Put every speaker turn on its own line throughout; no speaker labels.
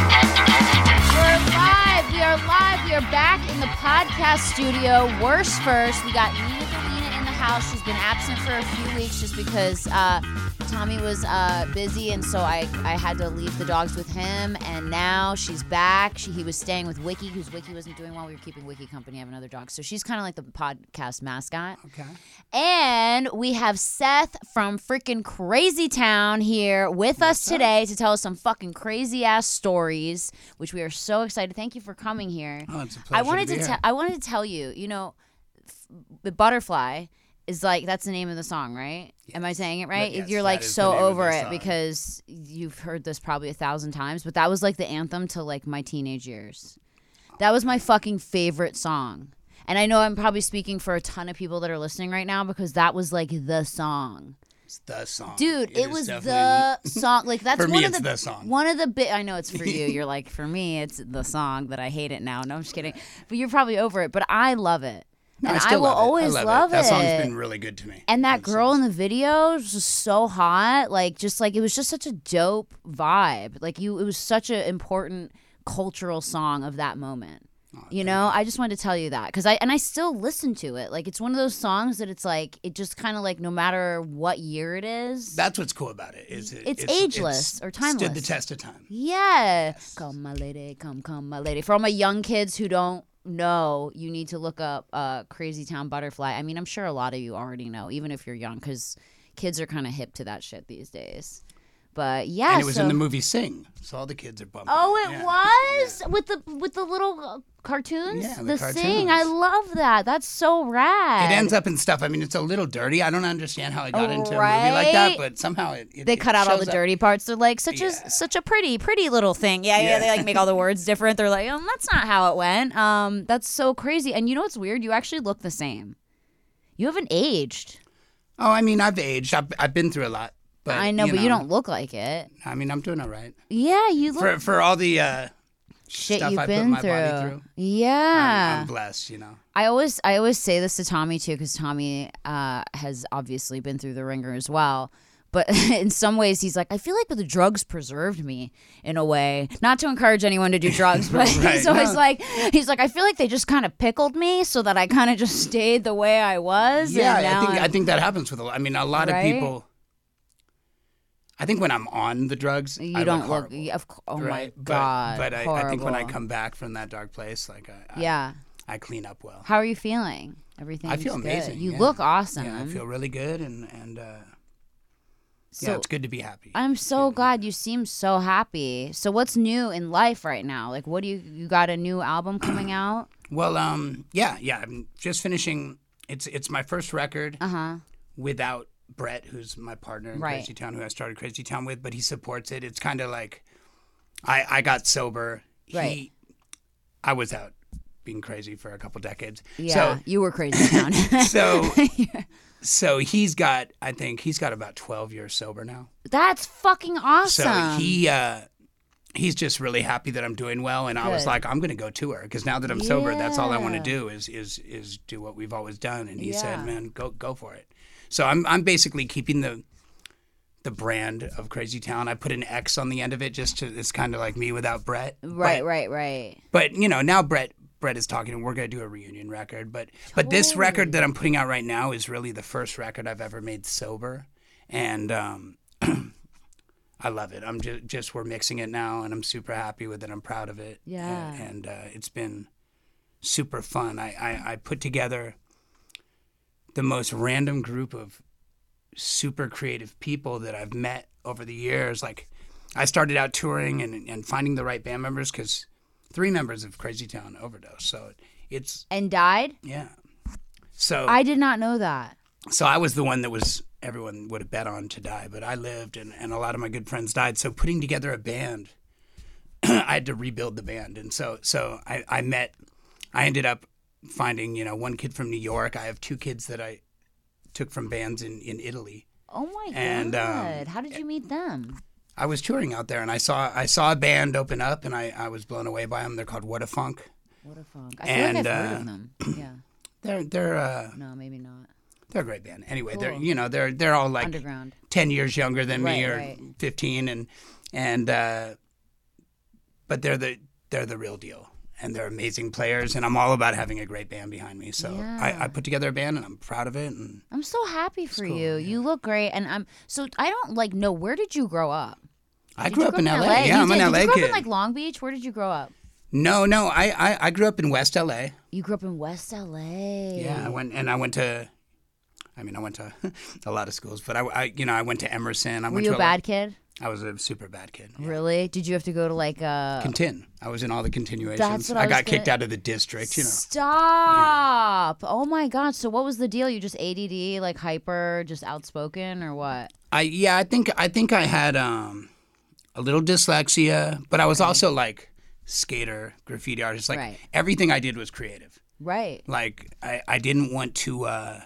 We're live. We are live. We are back in the podcast studio. Worse first, we got Nina Galena in the house. She's been absent for a few weeks just because uh, Tommy was uh, busy, and so I, I had to leave the dogs with him. And now she's back. She, he was staying with Wiki, whose Wiki wasn't doing well. We were keeping Wiki company. I have another dog, so she's kind of like the podcast mascot.
Okay.
And we have Seth from freaking Crazy Town here with us today to tell us some fucking crazy ass stories, which we are so excited. Thank you for coming here.
Oh, it's a pleasure.
I wanted
to,
to,
be
tell
here.
I wanted to tell you, you know, f- the butterfly is like that's the name of the song, right? Am I saying it right?
yes,
You're
that
like
is the
so
name of
over
the
it
song.
because you've heard this probably a thousand times, but that was like the anthem to like my teenage years. That was my fucking favorite song. And I know I'm probably speaking for a ton of people that are listening right now because that was like the song.
It's the song.
Dude, it,
is
was
definitely-
the song. Like that's
For me,
one of
it's
the,
the song.
one of the bit. I know it's for you. You're like for me, it's the song that I hate it now. No, I'm just kidding. But you're probably over it. But I love it,
No,
and I,
still
will
love it.
always
I
love it.
That song's been really good to me.
and that
It's-
girl in the video was just so hot. Like just like it was just such a dope vibe. Like you, it was such an important cultural song of that moment. You know, I just wanted to tell you that because I and I still listen to it. Like it's one of those songs that it's like it just kind of like no matter what year it is.
That's what's cool about it. Is it
It's
it's-
ageless
it's
or
Stood the
timeless.
test of time.
Yeah. Come, my lady. Come, come, my lady. For all my young kids who don't know, you need to look up uh, Crazy Town Butterfly. I mean, I'm sure a lot of you already know, even if you're young, because kids are kind of hip to that shit these days. But yeah.
And it was
so-
in the movie Sing, so all the kids are bumping.
Oh, it
Yeah.
was with the with the little uh, cartoons.
Yeah, the
sing. I
cartoons.
love that. That's so rad.
It ends up in stuff. I mean, it's a little dirty. I don't understand how I got into a movie like
Right?
that, but somehow it. it
they
it
cut out all the
shows up.
dirty parts. They're like such
Yeah.
a such a pretty pretty little thing. Yeah, yeah,
Yeah.
They like make all the words different. They're like, um, that's not how it went. Um, that's so crazy. And you know what's weird? You actually look the same. You haven't aged.
Oh, I mean, I've aged. I've, I've been through a lot. But
I know, but you don't look like it.
I mean, I'm doing all right
Yeah, you look
for for all the uh,
shit
stuff
you've
I put
been
my
through.
body through.
Yeah.
I'm blessed, you know.
I always I always say this to Tommy too because Tommy uh, has obviously been through the ringer as well. But in some ways, he's like, I feel like the drugs preserved me in a way. Not to encourage anyone to do drugs, but he's
Right,
always
no.
like, he's like, I feel like they just kind of pickled me so that I kind of just stayed the way I was.
Yeah,
and now
I think
I'm-
I think that happens with a lot. I mean, a lot
Right?
of people. I think when I'm on the drugs,
you
I
don't
look.
look.
horrible,
of cou- oh
right?
my
But-
god!
But, I, I think when I
horrible.
come back from that dark place, like I, I,
yeah.
I clean up well.
How are you feeling? Everything. good.
amazing,
You
yeah.
look awesome.
Yeah, I feel really good, and and uh,
so
yeah, it's good to be happy.
I'm so glad you seem so happy. So what's new in life right now? Like what do you you got a new album coming out?
well, um, yeah, yeah. I'm just finishing. It's it's my first record
Uh-huh.
without Brett, who's my partner in
Right.
Crazy Town, who I started Crazy Town with, but he supports it. It's kind of like I I got sober.
Right.
He, I was out being crazy for a couple decades.
Yeah. you were crazy town.
So so so he's got I think he's got about 12 years sober now.
That's fucking awesome.
So he uh he's just really happy that I'm doing well and I was
Good.
like I'm going to go tour because now that I'm sober that's all I want to
Yeah.
do is is is do what we've always done and he
Yeah.
said, "Man, go go for it." So I'm I'm basically keeping the the brand of Crazy Town. I put an X on the end of it just to it's kind of like me without Brett.
right,
But,
right, right.
but you know, now Brett Brett is talking and we're going to do a reunion record, but but this record that I'm putting out right now is really the first record I've ever made sober and um I love it. I'm just, just we're mixing it now, and I'm super happy with it. I'm proud of it.
Yeah.
and, and uh, it's been super fun. I, I I put together the most random group of super creative people that I've met over the years. Like, I started out touring and and finding the right band members because three members of Crazy Town overdosed. So it's
And died?
yeah. So
I did not know that.
so I was the one that was everyone would have bet on to die, but I lived and, and a lot of my good friends died. So putting together a band, I had to rebuild the band. And so so I, I met I ended up finding, you know, one kid from New York. I have two kids that I took from bands in, in Italy.
Oh my
And, um,
god. How did you meet them?
I was touring out there and I saw I saw a band open up and I, I was blown away by them. They're called What a Funk.
What a funk. I feel like
and,
I've heard
uh,
of them. Yeah.
They're they're uh,
No, maybe not.
They're a great band. Anyway, they're
Cool.
you know they're they're all like
Underground.
ten years younger than me
Right,
or
right.
fifteen, and and uh, but they're the they're the real deal, and they're amazing players, and I'm all about having a great band behind me. So
Yeah.
I, I put together a band, and I'm proud of it. And
I'm so happy for
cool,
you. You look great, and I'm so I don't like know where did you grow up?
I
Did
grew
you
up in
grow
LA.
LA?
Yeah,
You
I'm
did.
an LA
Did you grow
kid.
up in like Long Beach? Where did you grow up?
no, no, I, I I grew up in West LA.
You grew up in West LA.
Yeah, I went and I went to. I mean, I went to a lot of schools, but I, I you know, I went to Emerson. I
Were
went
you
to
a bad kid?
I was a super bad kid.
Really? Did you have to go to like uh, a
Contin. I was in all the continuations.
That's what I was
got kicked
gonna-
out of the district. You know,
Stop! Oh my god! So what was the deal? You just ADD, like hyper, just outspoken, or what?
I yeah, I think I think I had um a little dyslexia, but I was also like skater, graffiti artist. Like
Right.
everything I did was creative.
Right.
Like I I didn't want to. uh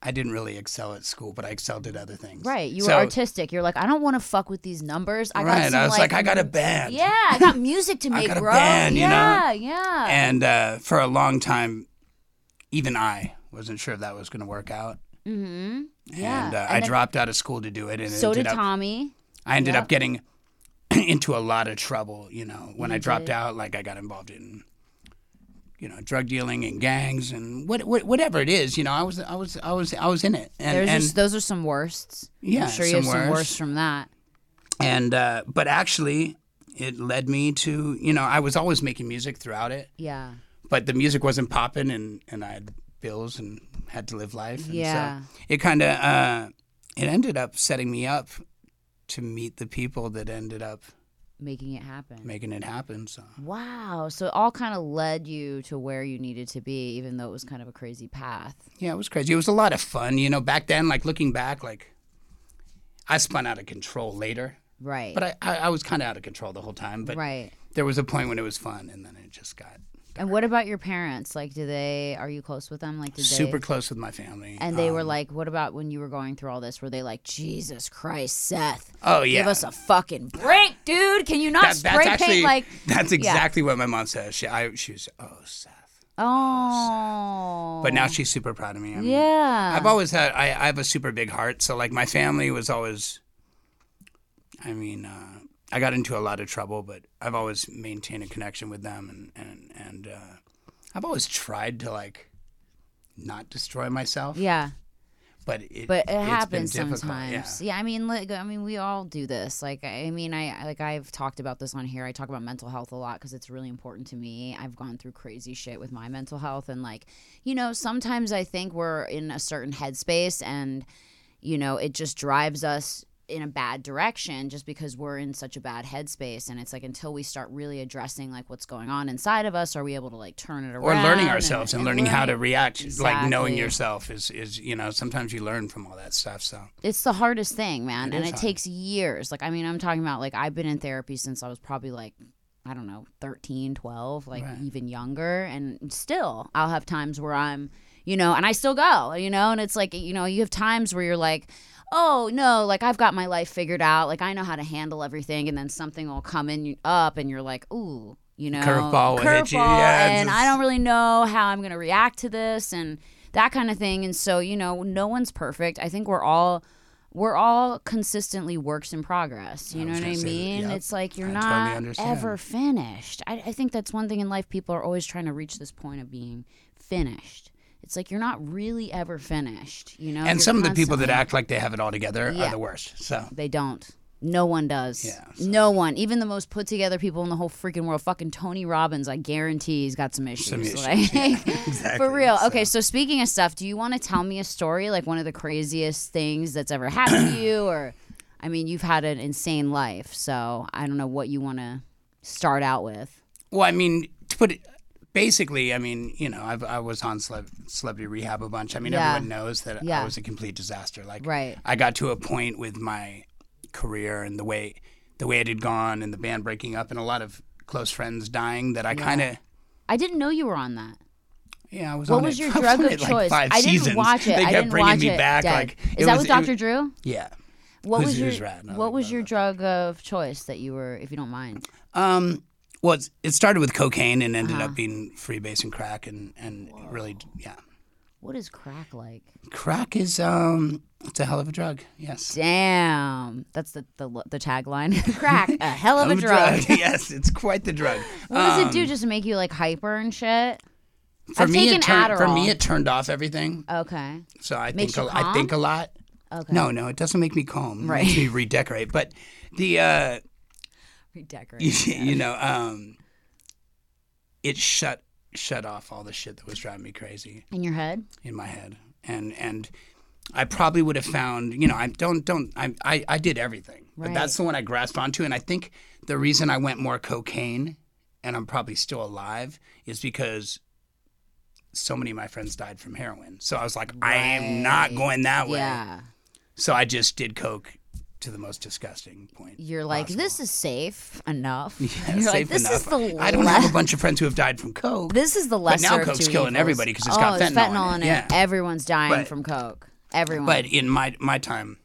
I didn't really excel at school, but I excelled at other things.
Right. You were
So-
artistic. You're like, I don't want to fuck with these numbers. I got
Right.
some,
I was like, I got a band.
Yeah, I got music to
I
make,
got a
bro.
band, you know?
yeah, yeah.
And uh, for a long time, even I wasn't sure if that was going to work out.
mm-hmm. Yeah.
And, uh,
And
I
then-
dropped out of school to do it. And
So
ended
did
up,
Tommy.
I ended
yeah.
up getting into a lot of trouble, you know, when I dropped
did.
out. Like, I got involved in, you know, drug dealing and gangs and what, what, whatever it is, you know, I was, I was, I was, I was in it. And,
There's
and,
just, those are some worsts.
yeah,
I'm sure you have some worse from that.
And, uh, but actually, it led me to, you know, I was always making music throughout it.
Yeah.
but the music wasn't popping and and I had bills and had to live life. And
Yeah.
So it kind of uh, it ended up setting me up to meet the people that ended up
Making it happen.
making it happen. So
Wow. So it all kind of led you to where you needed to be, even though it was kind of a crazy path.
yeah, it was crazy. It was a lot of fun, you know. Back then, like looking back, like I spun out of control later,
Right.
but I I, I was kind of out of control the whole time. But
right.
there was a point when it was fun, and then it just got
And what about your parents? Like, do they, are you close with them? Like, did
super
they?
close with my family.
And they were
Um,
like, what about when you were going through all this? Were they like, Jesus Christ, Seth,
"Oh yeah,
give us a fucking break, dude. Can you not spray paint like,
that's exactly what my mom says. She, I, she was, oh Seth,
oh.
but now she's super proud of me. I mean,
yeah.
I've always had I, I have a super big heart, so like my family was always. I mean, uh, I got into a lot of trouble, but I've always maintained a connection with them, and and and uh, I've always tried to like not destroy myself.
yeah.
but it,
but it
it's been
happens
difficult,
sometimes.
Yeah.
Yeah. I mean, like, I mean, we all do this. Like, I mean, I like I've talked about this on here. I talk about mental health a lot because it's really important to me. I've gone through crazy shit with my mental health, and like, you know, sometimes I think we're in a certain headspace, and you know, it just drives us in a bad direction just because we're in such a bad headspace and it's like until we start really addressing like what's going on inside of us are we able to like turn it around
Or learning ourselves and, learning how to react, like knowing
Exactly.
yourself is, is you know sometimes you learn from all that stuff. So
it's the hardest thing, man,
It
and
is
it
hard.
takes years. Like I mean, I'm talking about like I've been in therapy since I was probably like I don't know, 13, 12, like
Right.
even younger and still I'll have times where I'm, you know, and I still go, you know, and it's like, you know, you have times where you're like, "Oh, no, like I've got my life figured out. Like I know how to handle everything." And then something will come in up and you're like, "Ooh, you know,
Curveball will hit you.
curveball,
Yeah, it's
and
just-
I don't really know how I'm going to react to this and that kind of thing. And so, you know, no one's perfect. I think we're all we're all consistently works in progress. You
I
know
was
what I
gonna say that,
mean?
yep.
It's like you're
I totally
not
understand.
ever finished. I, I think that's one thing in life. People are always trying to reach this point of being finished. It's like you're not really ever finished. You know? You're
and some of the people that
constantly-
act like they have it all together
Yeah.
are the worst. So
they don't. No one does.
Yeah,
No one. Even the most put together people in the whole freaking world. Fucking Tony Robbins, I guarantee he's got some issues.
Some issues,
Like,
exactly.
For real.
So-
Okay, so speaking of stuff, do you want to tell me a story, like one of the craziest things that's ever happened to you? Or, I mean, you've had an insane life, so I don't know what you want to start out with.
Well, I mean, to put it basically, I mean, you know, I've, I was on celeb, celebrity rehab a bunch. I mean,
Yeah.
everyone knows that
Yeah.
I was a complete disaster. Like,
Right.
I got to a point with my career and the way the way it had gone, and the band breaking up, and a lot of close friends dying. That I kind of.
I didn't know you were on that.
Yeah, I was
What
on
was
it-
your
I was
drug
on
of
it, like,
choice?
five
I didn't
seasons.
watch it.
They
I
kept
didn't
bringing
watch
me
it.
back.
Dead.
Like,
Is
it
that
was-
with Dr.
it-
Drew?
Yeah.
What
Who's-
was your
who's rat? No,
What
like,
was
blah,
your
blah,
drug of choice that you were, if you don't mind?
Um,
Uh-huh.
well, it's, it started with cocaine and ended up being freebase and crack, and and really, yeah.
What is crack like?
Crack is um, it's a hell of a drug. Yes.
Damn, that's the the, the tagline. crack, a hell of a drug.
Oh, yes, it's quite the drug.
What does it do?
Um,
Just make you like hyper and shit.
For
I've
me,
taken
it turned, for
Adderall.
me it turned off everything.
Okay.
So I
Makes
think
you
a, I think a lot.
Okay.
No, no, it doesn't make me calm. It makes
Right.
me redecorate. But the uh, you,
Redecorate.
you know, um, it shut shut off all the shit that was driving me crazy
In your head.
in my head, and and I probably would have found you know I don't don't I I, I did everything, but
Right.
that's the one I grasped onto, and I think the reason I went more cocaine, and I'm probably still alive, is because. So many of my friends died from heroin. So I was like, I am not going that way.
Yeah.
So I just did coke to the most disgusting point.
You're like,
possible.
this is safe enough.
Yeah,
You're like,
safe
this is
enough.
the
I don't
le-
have a bunch of friends who have died from coke.
This is the
But
lesser
now
of
Coke's
two
killing
evils.
everybody 'cause it's
oh,
got
it's
fentanyl in
fentanyl
it,
in
yeah.
Everyone's dying
But-
from coke. Everyone.
But in my my time,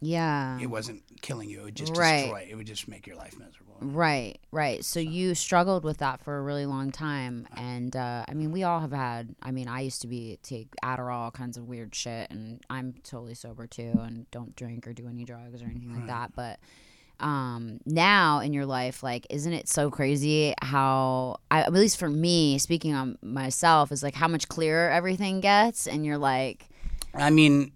yeah.
it wasn't killing you. It would just
Right.
destroy. It would just make your life miserable.
Right, right. So you struggled with that for a really long time, and uh, I mean, we all have had. I mean, I used to be take Adderall, all kinds of weird shit, and I'm totally sober too, and don't drink or do any drugs or anything like that. But um, now in your life, like, isn't it so crazy how, I, at least for me, speaking on myself, is like how much clearer everything gets, and you're like,
I mean,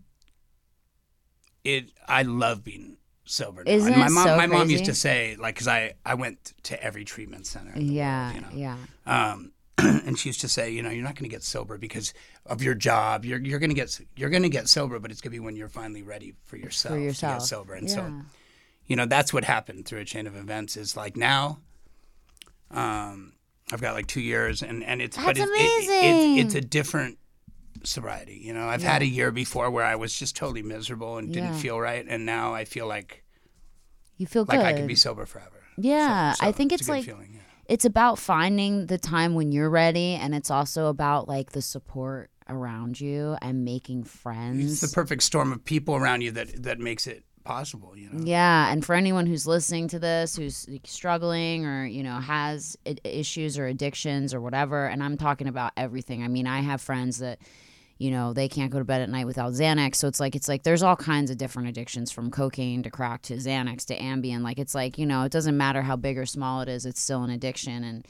it. I love being sober. now.
Isn't
and my
it
mom,
so
my mom
crazy?
used to say, like, because I I went to every treatment center. in the
yeah,
world, you know?
yeah,
Um, and she used to say, you know, you're not going to get sober because of your job. You're you're going to get you're going to get sober, but it's going to be when you're finally ready for yourself,
for
to
yourself,
get sober. And
yeah.
so, you know, that's what happened through a chain of events. Is like now, um, I've got like two years, and and it's but
That's
it's It, it,
amazing.
it's a different sobriety. You know, I've had a year before where I was just totally miserable and didn't
Yeah.
feel right, and now I feel like
you feel
like
good.
I could be sober forever.
yeah,
So
I think it's
a good
like
feeling, yeah.
it's about finding the time when you're ready and it's also about like the support around you and making
it's
friends
the perfect storm of people around you that that makes it possible. You know.
yeah and for anyone who's listening to this who's like, struggling or you know has I- issues or addictions or whatever and i'm talking about everything i mean i have friends that you know they can't go to bed at night without xanax so it's like it's like there's all kinds of different addictions from cocaine to crack to xanax to ambien like it's like you know it doesn't matter how big or small it is it's still an addiction and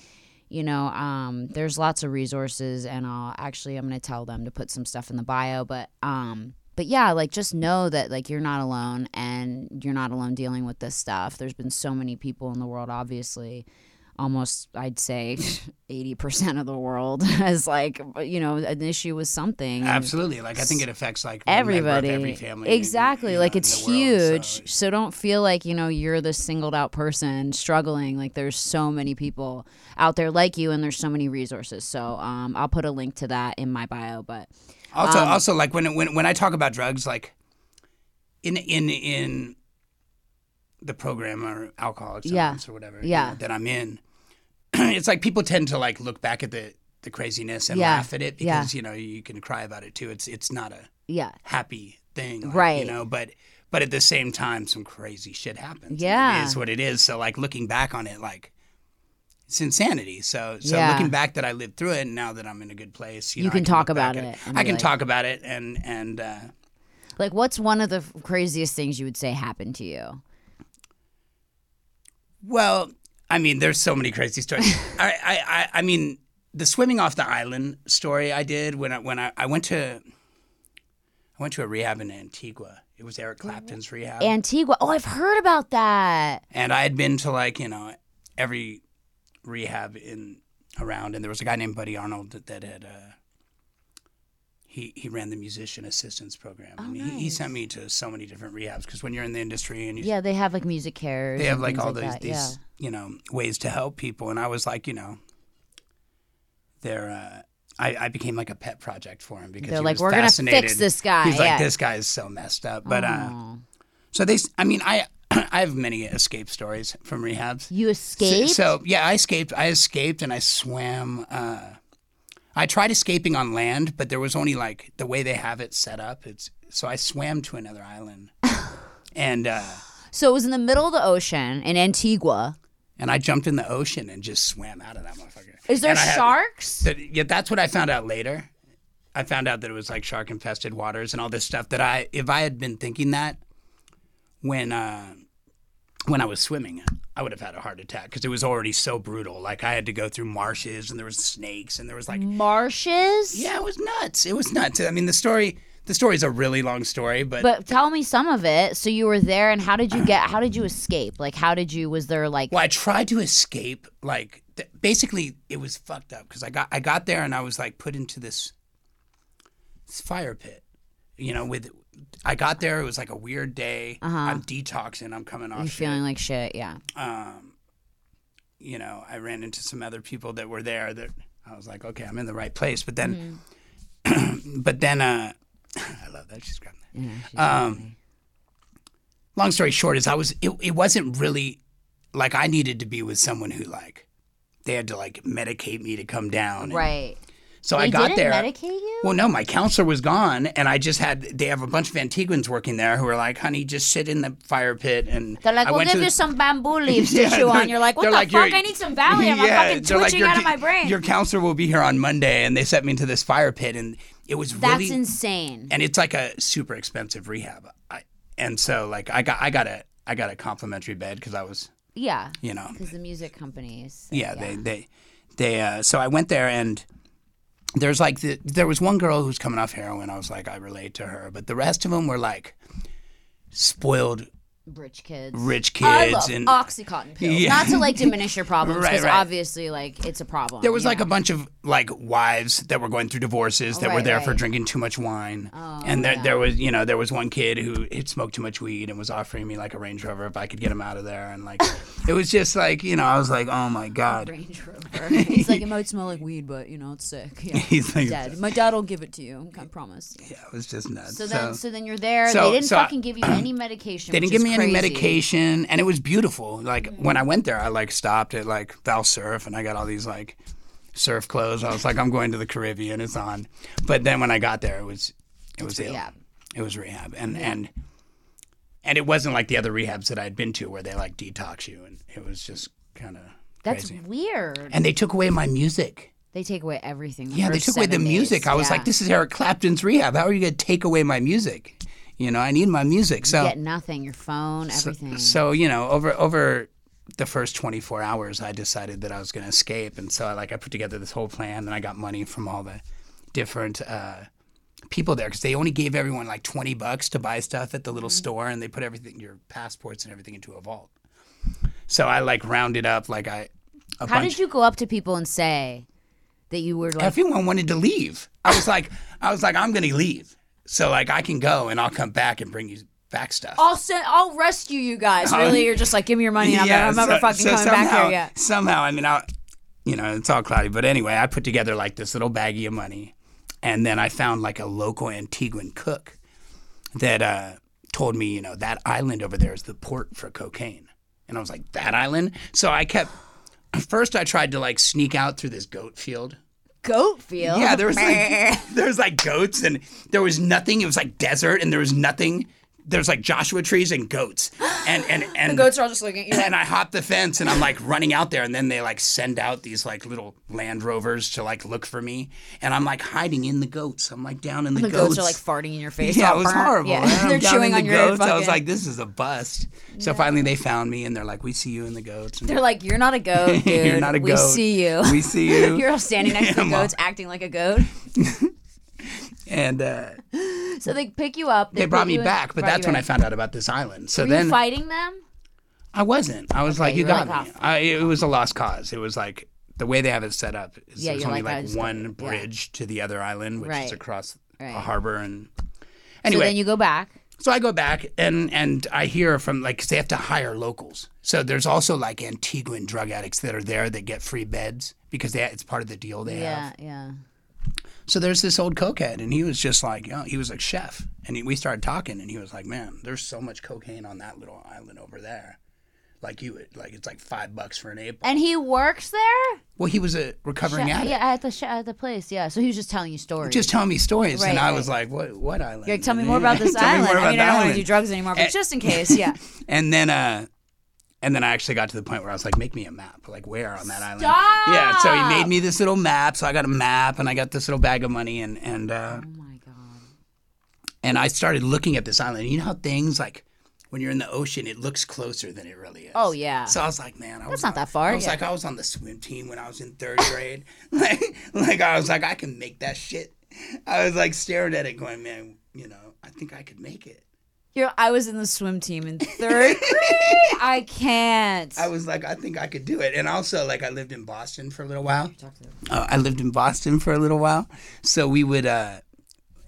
you know um, there's lots of resources and i'll actually i'm going to tell them to put some stuff in the bio but um but yeah like just know that like you're not alone and you're not alone dealing with this stuff there's been so many people in the world obviously almost i'd say 80% of the world has like you know an issue with something And-
Absolutely. Like I think it affects like one member of
everybody
every family.
exactly
you know,
like
in
it's
the world. So
huge so, don't feel like you know you're the singled out person struggling like there's so many people out there like you and there's so many resources so um, i'll put a link to that in my bio but
also,
Um,
also like when when when I talk about drugs, like in in in the program or Alcoholics
Yeah.
Anonymous or whatever you
Yeah.
know, that I'm in, it's like people tend to like look back at the the craziness and
Yeah.
laugh at it
Yeah.
because you know you can cry about it too. It's it's not a
yeah
happy thing, like,
Right.
You know, but but at the same time, some crazy shit happens.
Yeah.
it is what it is. So like looking back on it, like it's insanity. So so
Yeah.
looking back that I lived through it, and now that I'm in a good place, you,
You
know, I
can talk
look back
about
at
it and
I
be
can
like-
talk about it, and and uh,
like what's one of the f- craziest things you would say happened to you
well, I mean, there's so many crazy stories. I, I I I mean, the swimming off the island story I did when I when I, I went to. I went to a rehab in Antigua. It was Eric Clapton's rehab.
antigua oh i've heard about that
and I had been to like you know every rehab in around, and there was a guy named Buddy Arnold that, that had uh, he he ran the musician assistance program, and he, he sent me to so many different rehabs because when you're in the industry and you,
yeah they have like music cares
they
and
have like
things
all
like
those
that,
these you know ways to help people, and I was like you know they're. Uh, I, I became like a pet project for him because
They're
he
like,
was
"We're gonna fix
fascinated.
this guy,"
He's like,
yeah.
this guy is so messed up. But
yeah.
uh,
Oh.
so they, s- I mean, I I have many escape stories from rehabs.
you escaped
So, so, yeah, I escaped. I escaped and I swam. Uh, I tried escaping on land, but there was only like the way they have it set up. It's so I swam to another island, and uh,
so it was in the middle of the ocean in antigua
and I jumped in the ocean and just swam out of that motherfucker.
is there
And I had-
sharks
that- yeah, that's what I found out later. I found out that it was like shark infested waters and all this stuff that I if I had been thinking that when uh, when I was swimming, I would have had a heart attack because it was already so brutal. Like I had to go through marshes and there was snakes and there was
Mm.
like
Marshes?
yeah, it was nuts. It was nuts. I mean, the story the story is a really long story, but,
But tell me some of it. So you were there, and how did you get? How did you escape? Like, how did you? Was there like?
well, I tried to escape. Like th- basically, it was fucked up because I got I got there and I was like put into this this fire pit. You know, with I got there, it was like a weird day. I'm detoxing. I'm coming off.
Uh-huh. You
shit.
feeling like shit? Yeah.
you know, I ran into some other people that were there that I was like, okay, I'm in the right place. But then,
Mm.
but then, uh, I love that she's grabbing that. um, long story short is I was, it, it wasn't really like I needed to be with someone who like, they had to like medicate me to come down. And
Right.
So I
They
got
didn't
there.
medicate you?
Well, no, my counselor was gone, and I just had. They have a bunch of Antiguans working there who are like, "Honey, just sit in the fire pit." And
They're like,
I
we'll
went to
give
the-
you some bamboo leaves
Yeah,
to chew
they're-
on. You're like, what
they're
the
like,
fuck?
you're-
I need some Valium.
Yeah,
I'm fucking
they're like,
twitching
"Your
out of
ca-
my brain.
Your counselor will be here on Monday, and they sent me to this fire pit, and it was
That's
really
insane.
and it's like a super expensive rehab. I, and so like I got I got a I got a complimentary bed because I was
Yeah.
you know
Because the music companies.
yeah, they they they uh, so I went there and there's like the, there was one girl who's coming off heroin. I was like I relate to her, but the rest of them were like spoiled
Rich kids.
rich
I
kids
love
and
OxyContin pills.
Yeah.
Not to like diminish your problems,
Right,
because
right.
obviously, like, it's a problem.
There was like a bunch of like wives that were going through divorces that were
Right,
there for
right. Oh,
drinking too much wine, and there, there was you know there was one kid who had smoked too much weed and was offering me like a Range Rover if I could get him out of there, and like it was just like you know I was like oh my god,
Range Rover. it's like, it might smell like weed, but, you know, it's sick. Yeah.
he's like yeah,
Dad. My dad will give it to you. I promise.
it was just nuts.
So
So,
then, so, then you're there.
so-
they didn't
so I-
fucking give you any medication.
they didn't
which
give
is
me any
crazy. Mm-hmm.
medication, and it was beautiful. Like when I went there, I like stopped at like Val Surf, and I got all these like surf clothes. I was like I'm going to the Caribbean, it's on. But then when I got there, it was it was ill.
rehab.
It was rehab, and and and it wasn't like the other rehabs that I'd been to where they like detox you, and it was just kind of
That's
crazy.
weird.
And they took away my music.
They take away everything. the
Yeah, they
first
took away the
seven
music.
days.
I was
Yeah.
like, this is Eric Clapton's rehab. How are you going to take away my music? You know, I need my music. So
You get nothing. Your phone, everything.
so you know, over over the first 24 hours, I decided that I was going to escape, and so I like I put together this whole plan, and I got money from all the different uh, people there because they only gave everyone like 20 bucks to buy stuff at the
Mm-hmm.
little store, and they put everything, your passports and everything, into a vault. So I like rounded up like I a
How
bunch.
did you go up to people and say that you were like,
everyone wanted to leave. I was like, I was like, I'm going to leave, so like I can go and I'll come back and bring you back stuff.
I'll send, I'll rescue you
Uh,
guys. Really, you're just like, give me your money. I'm, I'm never fucking coming
somehow,
back here yet.
Somehow, I mean, I, you know, it's all cloudy. But anyway, I put together like this little baggie of money, and then I found like a local Antiguan cook that uh, told me, you know, that island over there is the port for cocaine, and I was like, that island. So I kept. First, I tried to like sneak out through this goat field.
Goat field.
Yeah, there was like there was like goats and there was nothing. It was like desert and there was nothing. There's like Joshua trees and goats and and and
Goats are all just looking. at you like,
and I hop the fence and I'm like running out there and then they like send out these like little Land Rovers to like look for me and I'm like hiding in the goats. I'm like down in the,
the
goats.
goats are like farting in your face.
yeah,
all
it was
burnt.
horrible. And
Yeah.
I'm
They're
down
chewing
in the
on your
goats. I was
fucking-
like, this is a bust. So finally they found me and they're like, we see you in the goats. And
They're like, you're not a goat, dude.
You're not a
we
goat.
see you.
we see you.
You're all standing next to the
Yeah, Ma.
goats, acting like a goat.
and uh,
So they pick you up.
they brought me back, but that's when
I.
I found out about this island. So
Were
then
you fighting them?
I wasn't. I was like,
you
you,
were
got
like,
me. I, it was a lost cause. It was like the way they have it set up is
Yeah,
there's
you're
only
like, I
like,
just-
one
yeah.
bridge to the other island, which
Right.
is across
Right.
a harbor. And
So
anyway, so,
then you go back.
I go back and and I hear from like 'cause they have to hire locals. So there's also like Antiguan drug addicts that are there that get free beds because they, it's part of the deal they have.
Yeah, yeah.
So there's this old cokehead, and he was just like, you know, he was like chef, and he, we started talking, and he was like, man, there's so much cocaine on that little island over there, like you would, like it's like five bucks for an eight. ball."
And he works there.
Well, he was a recovering
yeah,
addict,
at the sh- at the place. Yeah. So he was just telling you stories.
just telling me stories, and
Right,
I
right.
was like, what, what island?
You're like, tell me more about this
Tell me
island.
more
I
about
mean,
the
I
Eh.
don't want to
island.
Oh do drugs anymore, but just in case, yeah.
And then, uh, And then I actually got to the point where I was like, make me a map. Like, where on that
Stop!
island? Yeah. So he made me this little map. So I got a map and I got this little bag of money and, and, uh,
Oh my god.
and I started looking at this island. You know how things like when you're in the ocean, it looks closer than it really is.
Oh, yeah.
So I was like, man, I was
not
on-
that far,
I was
yeah.
like, I was on the swim team when I was in third grade. like, like I was like, I can make that shit. I was like staring at it, going, man, you know, I think I could make it.
You're, I was in the swim team in third grade. I can't.
I was like, I think I could do it. And also, like, I lived in Boston for a little while.
Talk to them.
Uh, I lived in Boston for a little while, so we would, uh,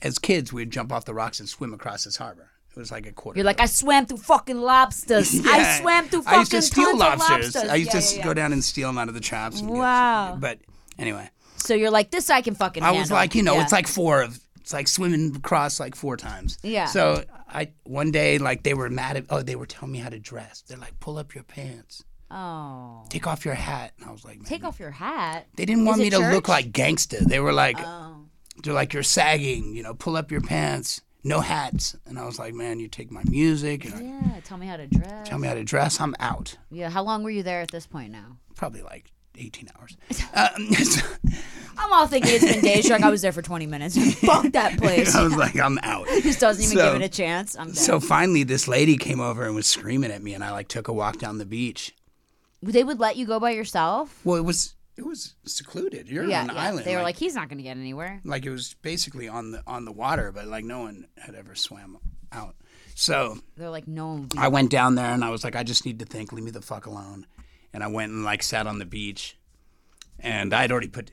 as kids, we'd jump off the rocks and swim across this harbor. It was like a quarter.
You're like, I swam through fucking lobsters. I
Yeah.
swam through fucking
I used to steal
tons of
lobsters. I used
Yeah,
to
yeah, yeah.
go down and steal them out of the traps. And get-
Wow.
but anyway,
So you're like, this I can fucking.
I was
handle.
like, you know,
Yeah.
it's like four of. It's like swimming across like four times.
Yeah.
So I one day like they were mad at oh they were telling me how to dress. They're like pull up your pants,
oh,
take off your hat, and I was like, man,
take off your hat.
They didn't want
it
me to
church?
look like gangsta. They were like,
Oh,
they're like, you're sagging, you know, pull up your pants, no hats. And I was like, man, you take my music, and
yeah. Tell me how to dress.
tell me how to dress, I'm out.
Yeah. How long were you there at this point now?
Probably like 18 hours. um, so
I'm all thinking it's been days. You're like, I was there for 20 minutes. Fuck that place.
I was like, I'm out.
Just doesn't even
So-
give it a chance. I'm dead.
So finally, this lady came over and was screaming at me, and I like took a walk down the beach.
they would let you go by yourself.
Well, it was it was secluded. You're
Yeah,
on an
yeah.
island.
They were like,
like
he's not gonna get anywhere.
like it was basically on the on the water, but like no one had ever swam out. So
They're like, no. one will be-
I went down there and I was like, I just need to think. Leave me the fuck alone. And I went and like sat on the beach, and I'd already put.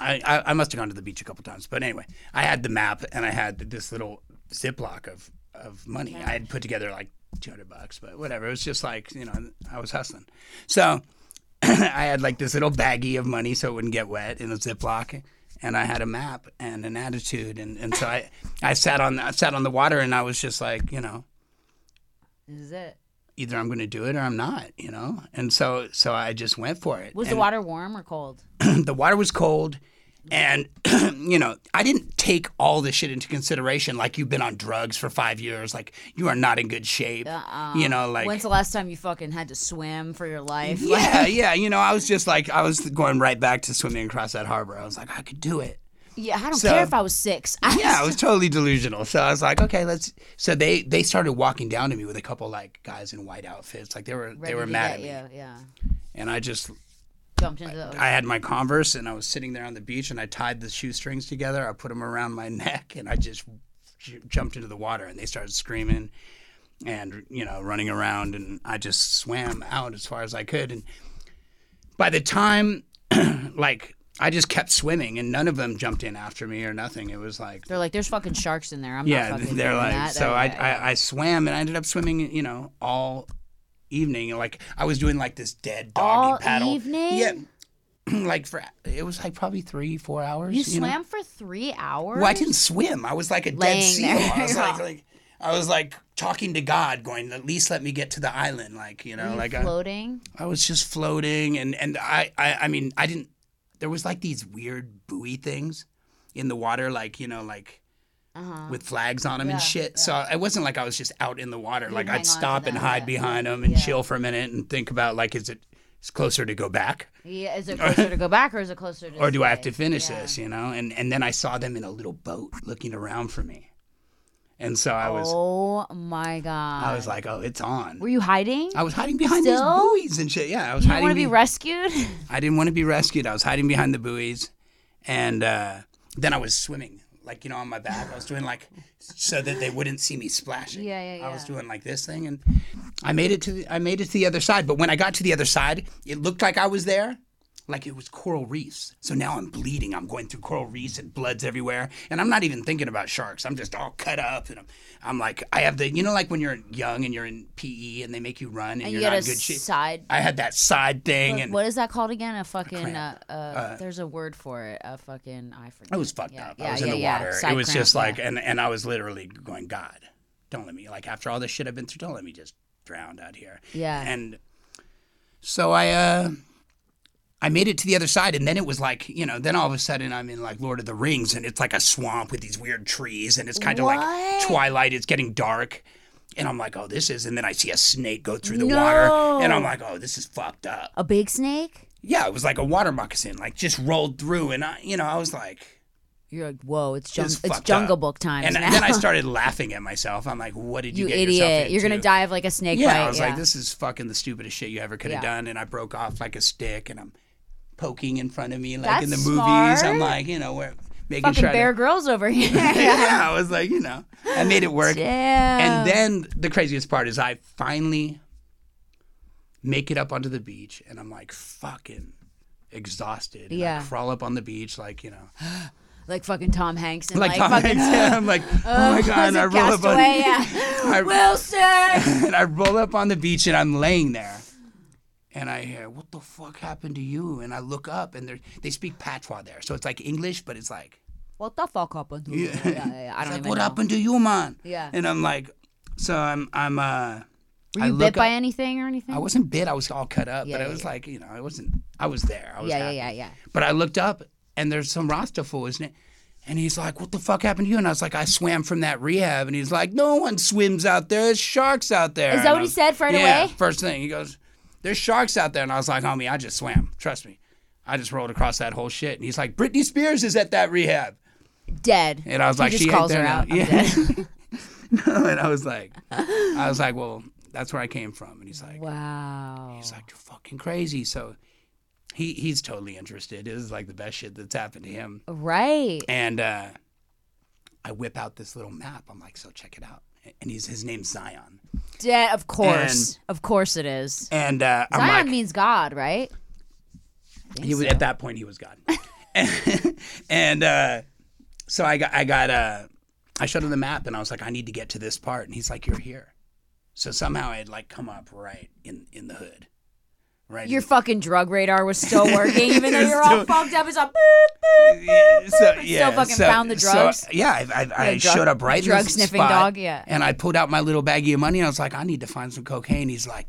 I, I, I must have gone to the beach a couple times, but anyway, I had the map and I had this little Ziploc of of money. I had put together like two hundred bucks, but whatever. It was just like you know I was hustling, so I had like this little baggie of money so it wouldn't get wet in a Ziploc, and I had a map and an attitude, and, and so I I sat on I sat on the water and I was just like you know
This is it.
either I'm going to do it or I'm not, you know? And so so I just went for it.
Was the
And
water warm or cold?
the water was cold and you know, I didn't take all this shit into consideration like you've been on drugs for 5 years, like you are not in good shape. You know, like
Uh-uh. When's the last time you fucking had to swim for your life? Like,
yeah, yeah, you know, I was just like I was going right back to swimming across that harbor. I was like I could do it.
yeah, I don't
So-
care if I was six. I
Yeah, I was totally delusional. So I was like, okay, let's. So they they started walking down to me with a couple like guys in white outfits, like they were they were mad at me,
Yeah, yeah.
and I just
Jumped into the ocean.
I had my Converse and I was sitting there on the beach and I tied the shoestrings together. I put them around my neck and I just j- jumped into the water and they started screaming and you know running around and I just swam out as far as I could and by the time like I just kept swimming and none of them jumped in after me or nothing. It was like
They're like, there's fucking sharks in there. I'm
yeah,
not fucking
they're
doing
like
that.
so. I,
Yeah, yeah.
I I swam and I ended up swimming. You know, all evening. Like I was doing like this dead doggy
All
paddle.
evening?
Yeah, like for it was like probably three four hours.
you
know?
swam for three hours.
Well, I didn't swim. I was like a dead
Laying
seal.
there.
I was like, like I was like talking to God, going, at least let me get to the island. Like you know,
Were you
like I-
floating.
I was just floating, and and I, I I mean I didn't. There was like these weird buoy things in the water, like you know, like
Uh-huh.
with flags on them and shit. So it wasn't like I was just out in the water. like
hang on
I'd
to
stop and
them,
hide
yeah.
behind them and chill for a minute and think about like, is it it's closer to go back
yeah, is it closer to go back or is it closer to?
or do I have
stay?
to finish
Yeah.
this? You know, and and then I saw them in a little boat looking around for me, and so I was
Oh my god.
I was like, oh, it's on.
Were you hiding?
I was hiding behind
Still?
these buoys and shit. Yeah, I was
you
hiding.
want to be
be-
rescued?
I didn't want to be rescued. I was hiding behind the buoys, and uh, then I was swimming, like you know, on my back. I was doing like so that they wouldn't see me splashing.
Yeah, yeah,
I was
yeah.
doing like this thing, and I made it to the, I made it to the other side. But when I got to the other side, it looked like I was there. Like it was coral reefs. So now I'm bleeding. I'm going through coral reefs and blood's everywhere. And I'm not even thinking about sharks. I'm just all cut up. And I'm, I'm like, I have the, you know, like when you're young and you're in PE and they make you run and,
And
you're
you got a
not in good shape.
side.
I had that side thing. and
What is that called again? A fucking. Uh,
cramp.
uh, there's a word for it. A fucking. I forget.
I was fucked
Yeah,
up.
yeah,
I was in
yeah,
the
yeah.
water.
Side
it was
cramp,
just like,
yeah.
and and I was literally going, God, don't let me like after all this shit I've been through, don't let me just drown out here.
Yeah.
And so I, uh, I made it to the other side, and then it was like, you know, then all of a sudden I'm in like Lord of the Rings, and it's like a swamp with these weird trees, and it's kind of
What?
like twilight. It's getting dark. and I'm like, oh, this is. And then I see a snake go through the water, and I'm like, oh, this is fucked up.
A big snake?
Yeah, it was like a water moccasin, like just rolled through, and I, you know, I was like,
You're like, whoa, it's jung-
It's
it's,
fucked
Jungle
up.
Book times
and uh,
now.
then I started laughing at myself. I'm like, what did you,
you
get yourself
idiot! You're gonna
into?
die of like a snake
Yeah,
bite.
I was
yeah.
like, this is fucking the stupidest shit you ever could have
Yeah.
done, and I broke off like a stick, and I'm poking in front of me like in the
That's
movies.
smart.
I'm like, you know, we're making
Fucking
sure. I
Bear
didn't-
Girls over here.
yeah, I was like, you know, I made it work.
Damn.
And then the craziest part is I finally make it up onto the beach and I'm like fucking exhausted. And I
Yeah.
crawl up on the beach like, you know,
like fucking Tom Hanks and
like,
like,
Tom
fucking
Hanks. I'm like, oh my
was
God. And
it
I roll up on
Castaway? Yeah.
I-
Wilson.
and I roll up on the beach and I'm laying there. And I hear, what the fuck happened to you? And I look up and they they speak patois there. So it's like English, but it's like,
what the fuck happened? To you? Yeah. yeah, yeah, I don't
it's like,
even
what
know.
happened to you, man?
Yeah.
And I'm like, so I'm, I'm, uh,
Were
I
you
look
bit
up-
by anything or anything?
I wasn't bit. I was all cut up,
Yeah,
but
yeah,
it was like you know, I wasn't. I was there. I was
yeah, yeah,
happy.
yeah, yeah.
But I looked up, and there's some Rasta fool, isn't it? And he's like, "What the fuck happened to you?" And I was like, "I swam from that rehab." And he's like, "No one swims out there. There's sharks out there."
Is that
And I
what he
was-
said right
yeah,
away?
First thing he goes, "There's sharks out there," and I was like, "Homie, I just swam. Trust me, I just rolled across that whole shit." And he's like, "Britney Spears is at that rehab,"
Dead.
and I was
He
like,
just
"She
calls
ain't
her
there
out.
now."
I'm dead.
no, and I was like, I was like, "Well, that's where I came from." And he's like.
Wow.
He's like, you're fucking crazy. So he he's totally interested. This is like the best shit that's happened to him.
Right.
And uh, I whip out this little map. I'm like, so check it out. And he's his name's Zion.
Dead. Of course. of course it is.
And uh, I'm
Zion
like,
means God, right?
he was at that point he was God. and uh, so I got I got uh, I showed him the map and I was like, I need to get to this part. And he's like, you're here. So somehow I had like come up right in in the hood, right.
Your fucking drug radar was still working, even though
It's
you're all
still-
fucked up. It's like, boop, boop, boop.
so,
fucking found the drugs?
So, yeah, I, I, I
drug-
showed up right. in
drug
this
sniffing
spot,
dog, yeah.
And I pulled out my little baggie of money. And I was like, I need to find some cocaine. He's like,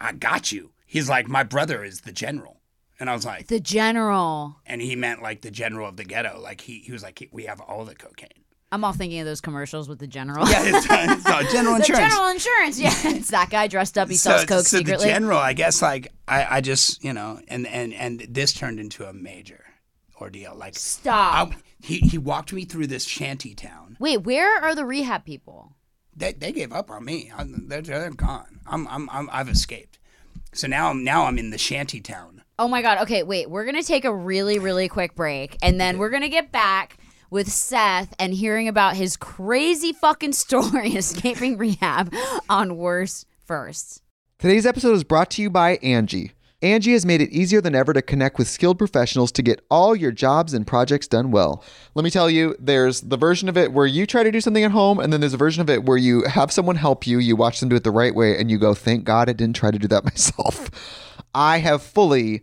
I got you. He's like, my brother is the general. And I was like,
The general.
and he meant like the general of the ghetto. Like he, he was like, we have all the cocaine.
I'm all thinking of those commercials with the general.
Yeah, it's, it's all general
the
insurance.
general insurance. Yeah, it's that guy dressed up. He sells coke
so
secretly.
the general, I guess, like I, I just you know, and and and this turned into a major ordeal. Like
Stop.
I, he he walked me through this shanty town.
Wait, where are the rehab people?
they, they gave up on me. i they're, they're gone. I'm, I'm, I'm, I've escaped. So now I'm now I'm in the shanty town.
Oh my god. Okay, wait. We're gonna take a really, really quick break, and then we're gonna get back with Seth and hearing about his crazy fucking story escaping rehab on worse first.
Today's episode is brought to you by Angie. Angie has made it easier than ever to connect with skilled professionals to get all your jobs and projects done well. Let me tell you, there's the version of it where you try to do something at home, and then there's a version of it where you have someone help you, you watch them do it the right way, and you go, thank God I didn't try to do that myself. I have fully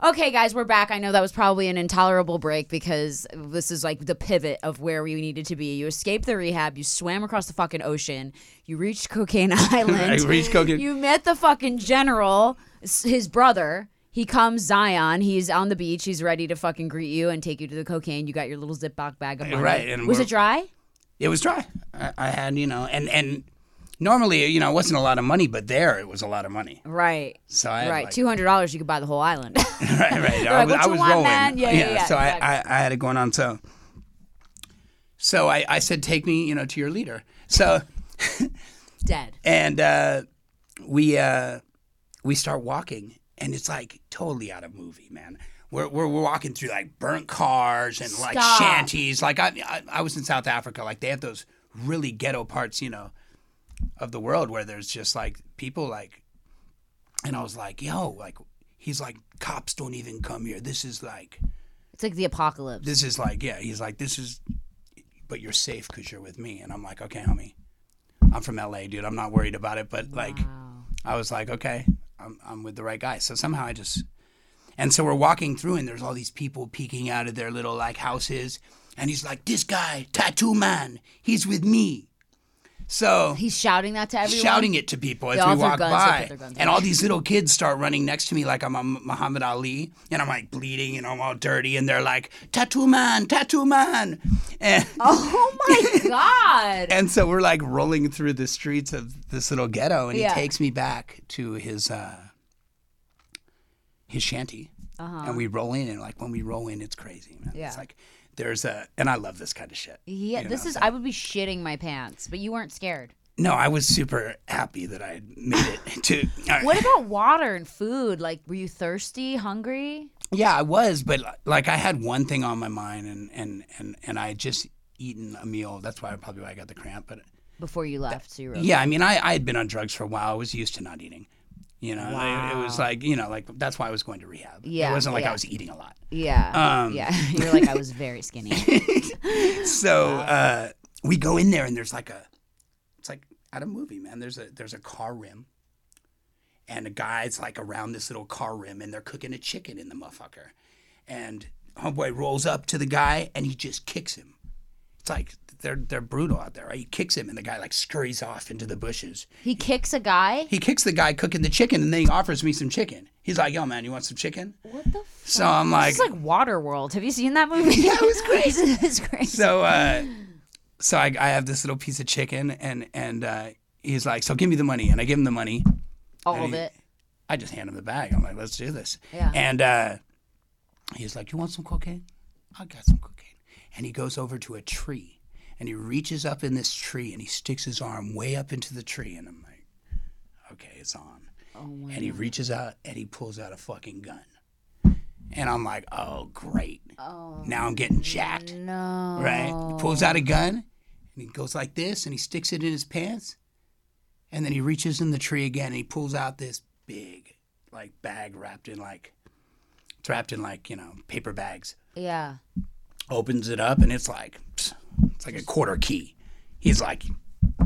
Okay, guys, we're back. I know that was probably an intolerable break because this is like the pivot of where we needed to be. You escaped the rehab, you swam across the fucking ocean, you reached Cocaine Island,
I reached cocaine.
you met the fucking general, s- his brother. He comes, Zion. He's on the beach. He's ready to fucking greet you and take you to the cocaine. You got your little Ziploc bag of money.
Right, and
was
we're-
it dry?
it was dry. I, I had you know, and and Normally, you know, it wasn't a lot of money, but there it was a lot of money.
Right.
So I had,
right.
like-
Two hundred dollars, you could buy the whole island.
right, right.
They're
I,
like,
was,
"What
I
you
was
want,
rolling.
man?" Yeah, yeah, yeah,
So
exactly.
I, I, I had it going on. So, so I, I said, take me, you know, to your leader. So,
Dead.
and uh, we uh, we start walking, and it's like totally out of movie, man. We're, we're, we're walking through like burnt cars and like
Stop.
shanties. Like I, I I was in South Africa. Like they have those really ghetto parts, you know, of the world where there's just like people like, and I was like, yo, like he's like cops don't even come here. This is like
It's like the apocalypse.
this is like yeah. He's like this is, but you're safe because you're with me. And I'm like, okay, homie, I'm from LA, dude. I'm not worried about it. But like.
Wow.
I was like, okay, I'm, I'm with the right guy. So somehow I just, and so we're walking through, and there's all these people peeking out of their little like houses, and he's like, this guy, tattoo man, he's with me. So
He's shouting that to everyone.
shouting it to people as
all
we
threw
walk
guns, they put
by,
their guns
and
away.
all these little kids start running next to me like I'm a M- Muhammad Ali, and I'm like bleeding and I'm all dirty, and they're like, tattoo man, tattoo man, and.
Oh my god.
And so we're like rolling through the streets of this little ghetto, and
Yeah.
he takes me back to his uh, his shanty, and we roll in, and like when we roll in, it's crazy, man.
Uh-huh. Yeah.
It's like there's a, and I love this kind of shit.
Yeah, this is. I would be shitting my pants, but you weren't scared.
No, I was super happy that I had made it to. uh,
What about water and food? Like, were you thirsty, hungry?
Yeah, I was, but like I had one thing on my mind, and and and and I had just eaten a meal. That's why probably why I got the cramp, but.
Before you left, so you were
Yeah, I mean, I, I had been on drugs for a while. I was used to not eating. You know, it, it was like you know, like that's why I was going to rehab.
Yeah,
it wasn't like
yeah.
I was eating a lot.
yeah,
Um,
yeah. You're like I was very skinny.
So uh, we go in there, and there's like a, it's like at a movie, man. There's a there's a car rim, and a guy's like around this little car rim, and they're cooking a chicken in the motherfucker, and homeboy rolls up to the guy, and he just kicks him. It's like they're they're brutal out there. Right? He kicks him, and the guy like scurries off into the bushes.
he kicks a guy.
he kicks the guy cooking the chicken and then he offers me some chicken. He's like, yo, man, you want some chicken?
What the? F-
So I'm like,
it's like Water World. Have you seen that movie? Yeah,
it was
crazy. it's crazy.
so, uh, so I, I have this little piece of chicken and, and, uh, he's like, so give me the money. And I give him the money.
All of it.
I just hand him the bag. I'm like, let's do this.
Yeah.
And, uh, he's like, you want some cocaine? I got some cocaine. And he goes over to a tree and he reaches up in this tree and he sticks his arm way up into the tree. And I'm like, okay, it's on.
Oh my.
and he reaches out and he pulls out a fucking gun. And I'm like, oh, great.
Oh
Now I'm getting jacked,
no.
right? He pulls out a gun and he goes like this and he sticks it in his pants. And then he reaches in the tree again and he pulls out this big, like, bag wrapped in, like, it's wrapped in, like, you know, paper bags.
Yeah.
Opens it up and it's like, psst, it's like a quarter key. He's like,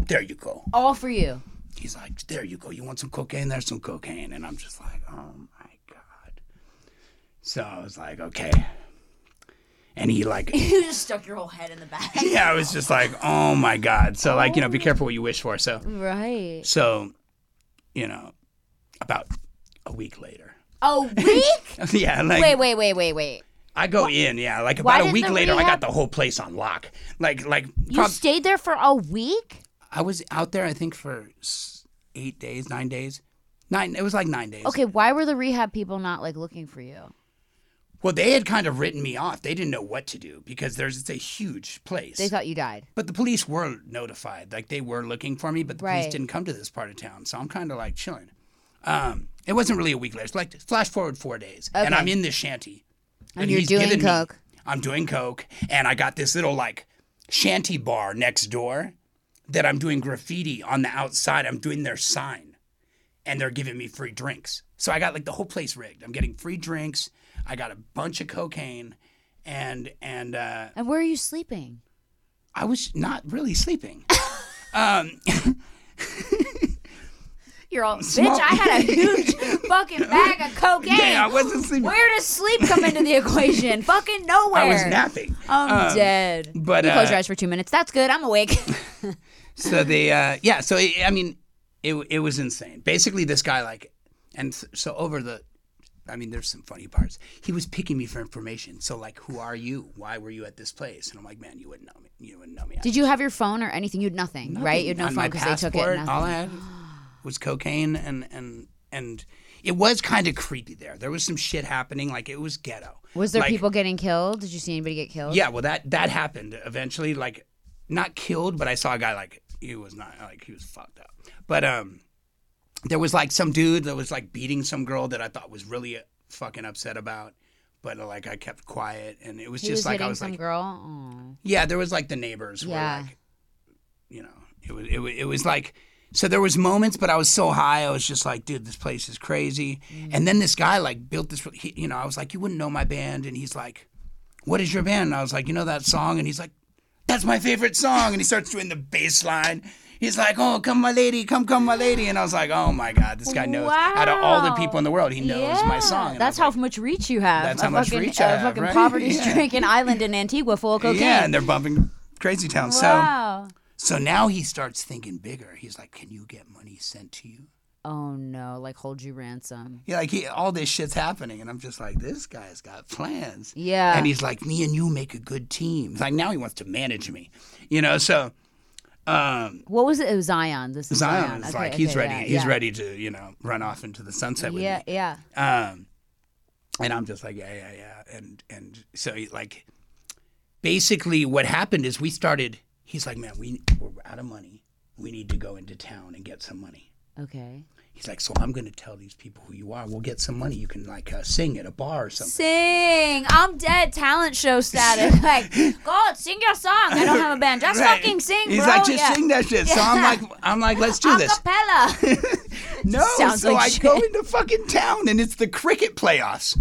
there you go.
All for you.
He's like, there you go. You want some cocaine? There's some cocaine. And I'm just like, oh my God. So I was like, okay. And he like,
You just stuck your whole head in the bag.
yeah, I was just like, oh my God. So like, you know, be careful what you wish for. So,
Right.
so, you know, about a week later.
A week?
yeah. Like
wait, wait, wait, wait, wait.
I go in. Yeah. Like
Why
about a
didn't
week
the
later, I
rehab-
got the whole place on lock. Like, like
You
prob-
stayed there for a week?
I was out there, I think for s- eight days, nine days, nine. It was like nine days.
Okay, why were the rehab people not like looking for you?
Well, they had kind of written me off. They didn't know what to do because there's it's a huge place.
They thought you died.
but the police were notified, like they were looking for me, but the
Right.
police didn't come to this part of town. So I'm kind of like chilling. Um, it wasn't really a week later. It's like flash forward four days, and
Okay.
I'm in this shanty, and,
you're
he's
doing
given me-
coke.
I'm doing coke, and I got this little like shanty bar next door that I'm doing graffiti on the outside. I'm doing their sign, and they're giving me free drinks. So I got like the whole place rigged. I'm getting free drinks. I got a bunch of cocaine, and and uh,
And where are you sleeping?
I was not really sleeping.
You're all, bitch,
Small-
I had a huge fucking bag of cocaine.
Yeah, I wasn't sleeping.
Where does sleep come into the equation? fucking nowhere.
I was napping. Um,
I'm dead.
but,
Um, you close
uh,
your eyes for two minutes. That's good. I'm awake.
so they uh yeah so it, i mean it, it was insane basically this guy like and s- so over the I mean, there's some funny parts. He was picking me for information. So like, who are you? Why were you at this place? And I'm like, man, you wouldn't know me. You wouldn't know me.
Did you have your phone or anything? You'd nothing, right? You'd no
on
phone
my
because they
passport.
took it. Nothing.
All I had was cocaine and and and it was kind of creepy there. There was some shit happening. Like it was ghetto.
was there
Like,
people getting killed? Did you see anybody get killed?
Yeah, well that that happened eventually. Like not killed, but I saw a guy like he was not like he was fucked up. But um, there was like some dude that was like beating some girl that I thought was really fucking upset about. But like I kept quiet, and it was
He
just
was
like
hitting
I was
some
like,
girl. Aw.
yeah, there was like the neighbors were
Yeah.
like, you know, it was it was, it was like so there was moments, but I was so high, I was just like, dude, this place is crazy.
Mm.
And then this guy like built this, he, you know, I was like, you wouldn't know my band, and he's like, what is your band? And I was like, you know that song, and he's like, that's my favorite song, and he starts doing the bass line. He's like, oh, come my lady, come, come my lady, and I was like, oh my god, this guy knows. Out of all the
Wow.
people in the world, he knows my song. And I
That's
was
how much reach you have.
That's
a
how much
fucking,
reach
a
I have,
fucking
right?
poverty
Yeah.
stricken island in Antigua full of
like,
cocaine.
yeah, and they're bumping Crazy Town. So.
wow.
So now he starts thinking bigger. He's like, "Can you get money sent to you?"
Oh no! Like hold you ransom.
Yeah, like he, all this shit's happening, and I'm just like, "This guy's got plans."
Yeah.
and he's like, "Me and you make a good team." It's like now he wants to manage me, you know. So um,
What was it? It was Zion. This is Zion.
Zion is
Okay,
like, he's
okay,
ready.
yeah,
he's
yeah.
ready to, you know, run off into the sunset with
Yeah,
me.
yeah.
Um, and I'm just like, yeah, yeah, yeah. And and so like, basically, what happened is we started. He's like, man, we we're out of money. We need to go into town and get some money.
Okay.
He's like, so I'm going to tell these people who you are. We'll get some money. You can like uh, sing at a bar or something.
Sing. I'm dead. Talent show status. Like, God, sing your song. I don't have a band. Just
Right.
fucking sing,
He's
bro.
like, just
yeah.
sing that shit. So I'm like, I'm like, let's do this.
Acapella.
No,
Sounds
so
like
I
shit.
go into fucking town and it's the cricket playoffs,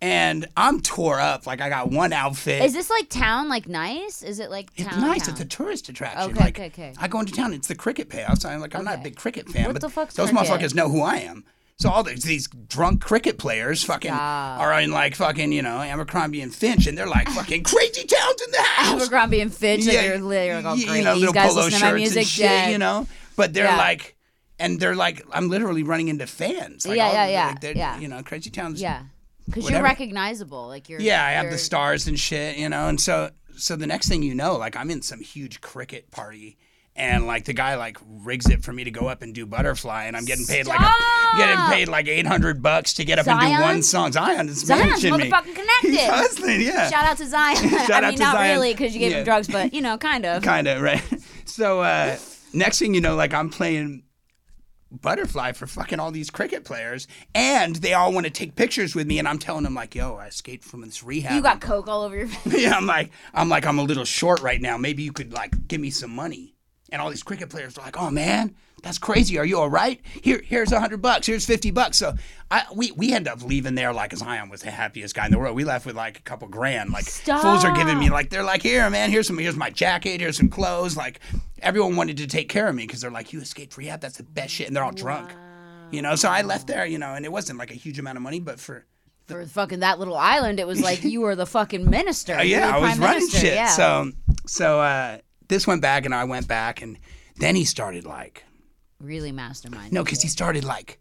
and I'm tore up. Like I got one outfit.
is this like town? Like nice? Is it like town?
it's nice.
town?
It's a tourist attraction.
Okay,
like,
okay, okay.
I go into town. It's the cricket playoffs. I'm like, I'm not a
Okay.
big cricket fan,
What
but
the fuck's
those
cricket?
motherfuckers know who I am. So all these, these drunk cricket players fucking
Stop.
are in like fucking you know Abercrombie and Finch, and they're like fucking crazy towns in the house.
Abercrombie and Fitch. Like, you're, li- you're like, oh,
y-
great.
you know,
These
little
guys
polo
listen
shirts
to my music
and shit,
dead.
you know. But they're
Yeah.
like, and they're like, I'm literally running into fans. Like
Yeah,
all-
yeah, yeah,
like, they're-
yeah.
You know, crazy towns.
Yeah. Because you're
Whatever.
recognizable. Like you're.
Yeah, I have the
you're-
stars and shit, you know. And so so the next thing you know, like I'm in some huge cricket party and like the guy like rigs it for me to go up and do butterfly and I'm getting paid like
Stop!
a, getting paid like 800 bucks to get up and
Zion?
do one song. Zion is
Zion's
managing me.
motherfucking connected.
He's hustling, yeah.
Shout out to Zion.
Shout
I
out
mean,
to
not
Zion.
really because you gave him
Yeah.
drugs, but you know, kind of.
kind of right. So uh next thing you know like I'm playing butterfly for fucking all these cricket players and they all want to take pictures with me and I'm telling them like, "Yo, I escaped from this rehab."
You got coke all over your face.
Yeah, I'm like, I'm like, I'm a little short right now. Maybe you could like give me some money. And all these cricket players are like, oh man, that's crazy. Are you all right? Here, here's a hundred bucks. Here's fifty bucks. So I, we, we end up leaving there like Zion was the happiest guy in the world. We left with like a couple grand. Like fools are giving me like they're like, here man, here's some, here's my jacket, here's some clothes. Like everyone wanted to take care of me because they're like, you escaped rehab. That's the best shit. And they're all drunk, you know. So I left there, you know, and it wasn't like a huge amount of money, but for
For fucking that little island, it was like you were the fucking minister.
Uh,
You
yeah,
were
I
the
was
prime
running
minister,
shit.
Yeah.
So, so uh, this went back, and I went back, and then he started like,
really mastermind.
no, because he started like,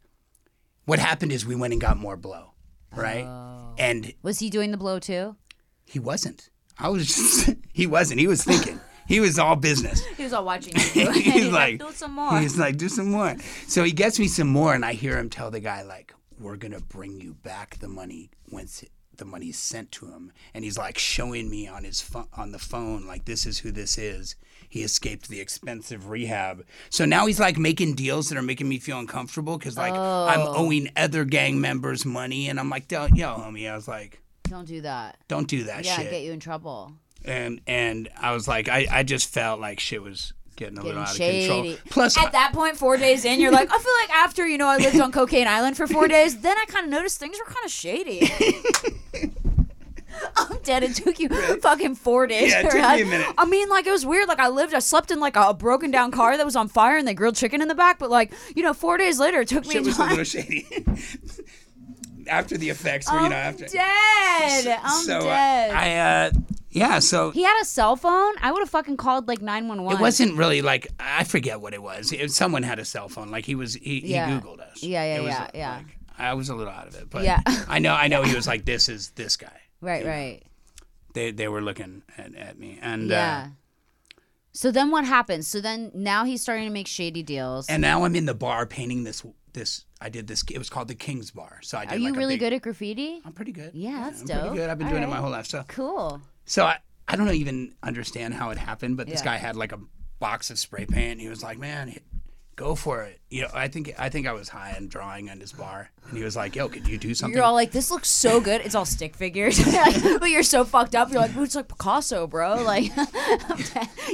what happened is we went and got more blow, right?
Oh.
And
Was he doing the blow too?
he wasn't. I was just, he wasn't. He was thinking. he was all business.
He was all watching you.
he's like,
do some more.
He's like, do some more. So he gets me some more, and I hear him tell the guy like, "We're gonna bring you back the money once it- the money's sent to him." And he's like showing me on his pho- on the phone like, "This is who this is." He escaped the expensive rehab. So now he's like making deals that are making me feel uncomfortable because like I'm
Oh.
owing other gang members money, and I'm like, "Yo, yo, homie," I was like.
Don't do that.
Don't do that
Yeah,
shit.
get you in trouble.
and and I was like, I, I just felt like shit was getting a
Getting
little out of
shady.
control. Plus,
at that point, four days in, you're like, I feel like after you know I lived on Cocaine Island for four days, then I kind of noticed things were kind of shady. I'm dead. It took you fucking four days.
Yeah, it
to
took me
realize-
a minute.
I mean, like it was weird. Like I lived, I slept in like a, a broken down car that was on fire, and they grilled chicken in the back. But like, you know, four days later, it took me
Shit was a
time.
little shady. after the effects were, you know,
I'm
after.
dead. I'm
so uh,
dead.
I, uh, yeah, so
he had a cell phone. I would have fucking called like nine one one.
it wasn't really like I forget what it was. It, someone had a cell phone. Like he was, he,
Yeah.
he Googled us.
Yeah, yeah,
It was
yeah,
like-
yeah.
like, I was a little out of it, but
Yeah.
I know I know he was like, this is this guy.
Right, right.
They they were looking at, at me and
Yeah.
uh,
So then what happens? So then now he's starting to make shady deals.
and now I'm in the bar painting this this I did this it was called the King's Bar. So I did
Are you
like a
really
big-
good at graffiti?
I'm pretty good.
Yeah, that's
I'm
dope.
Pretty good. I've been
All
doing it
right.
my whole life. So
Cool.
So I, I don't even understand how it happened, but this
Yeah.
guy had like a box of spray paint. He was like, "Man, hit- go for it." You know, I think I think I was high and drawing on his bar, and he was like, "Yo, could you do something?"
You're all like, this looks so good. It's all stick figures, Like, but you're so fucked up. You're like, "Ooh, it's like Picasso, bro. Like,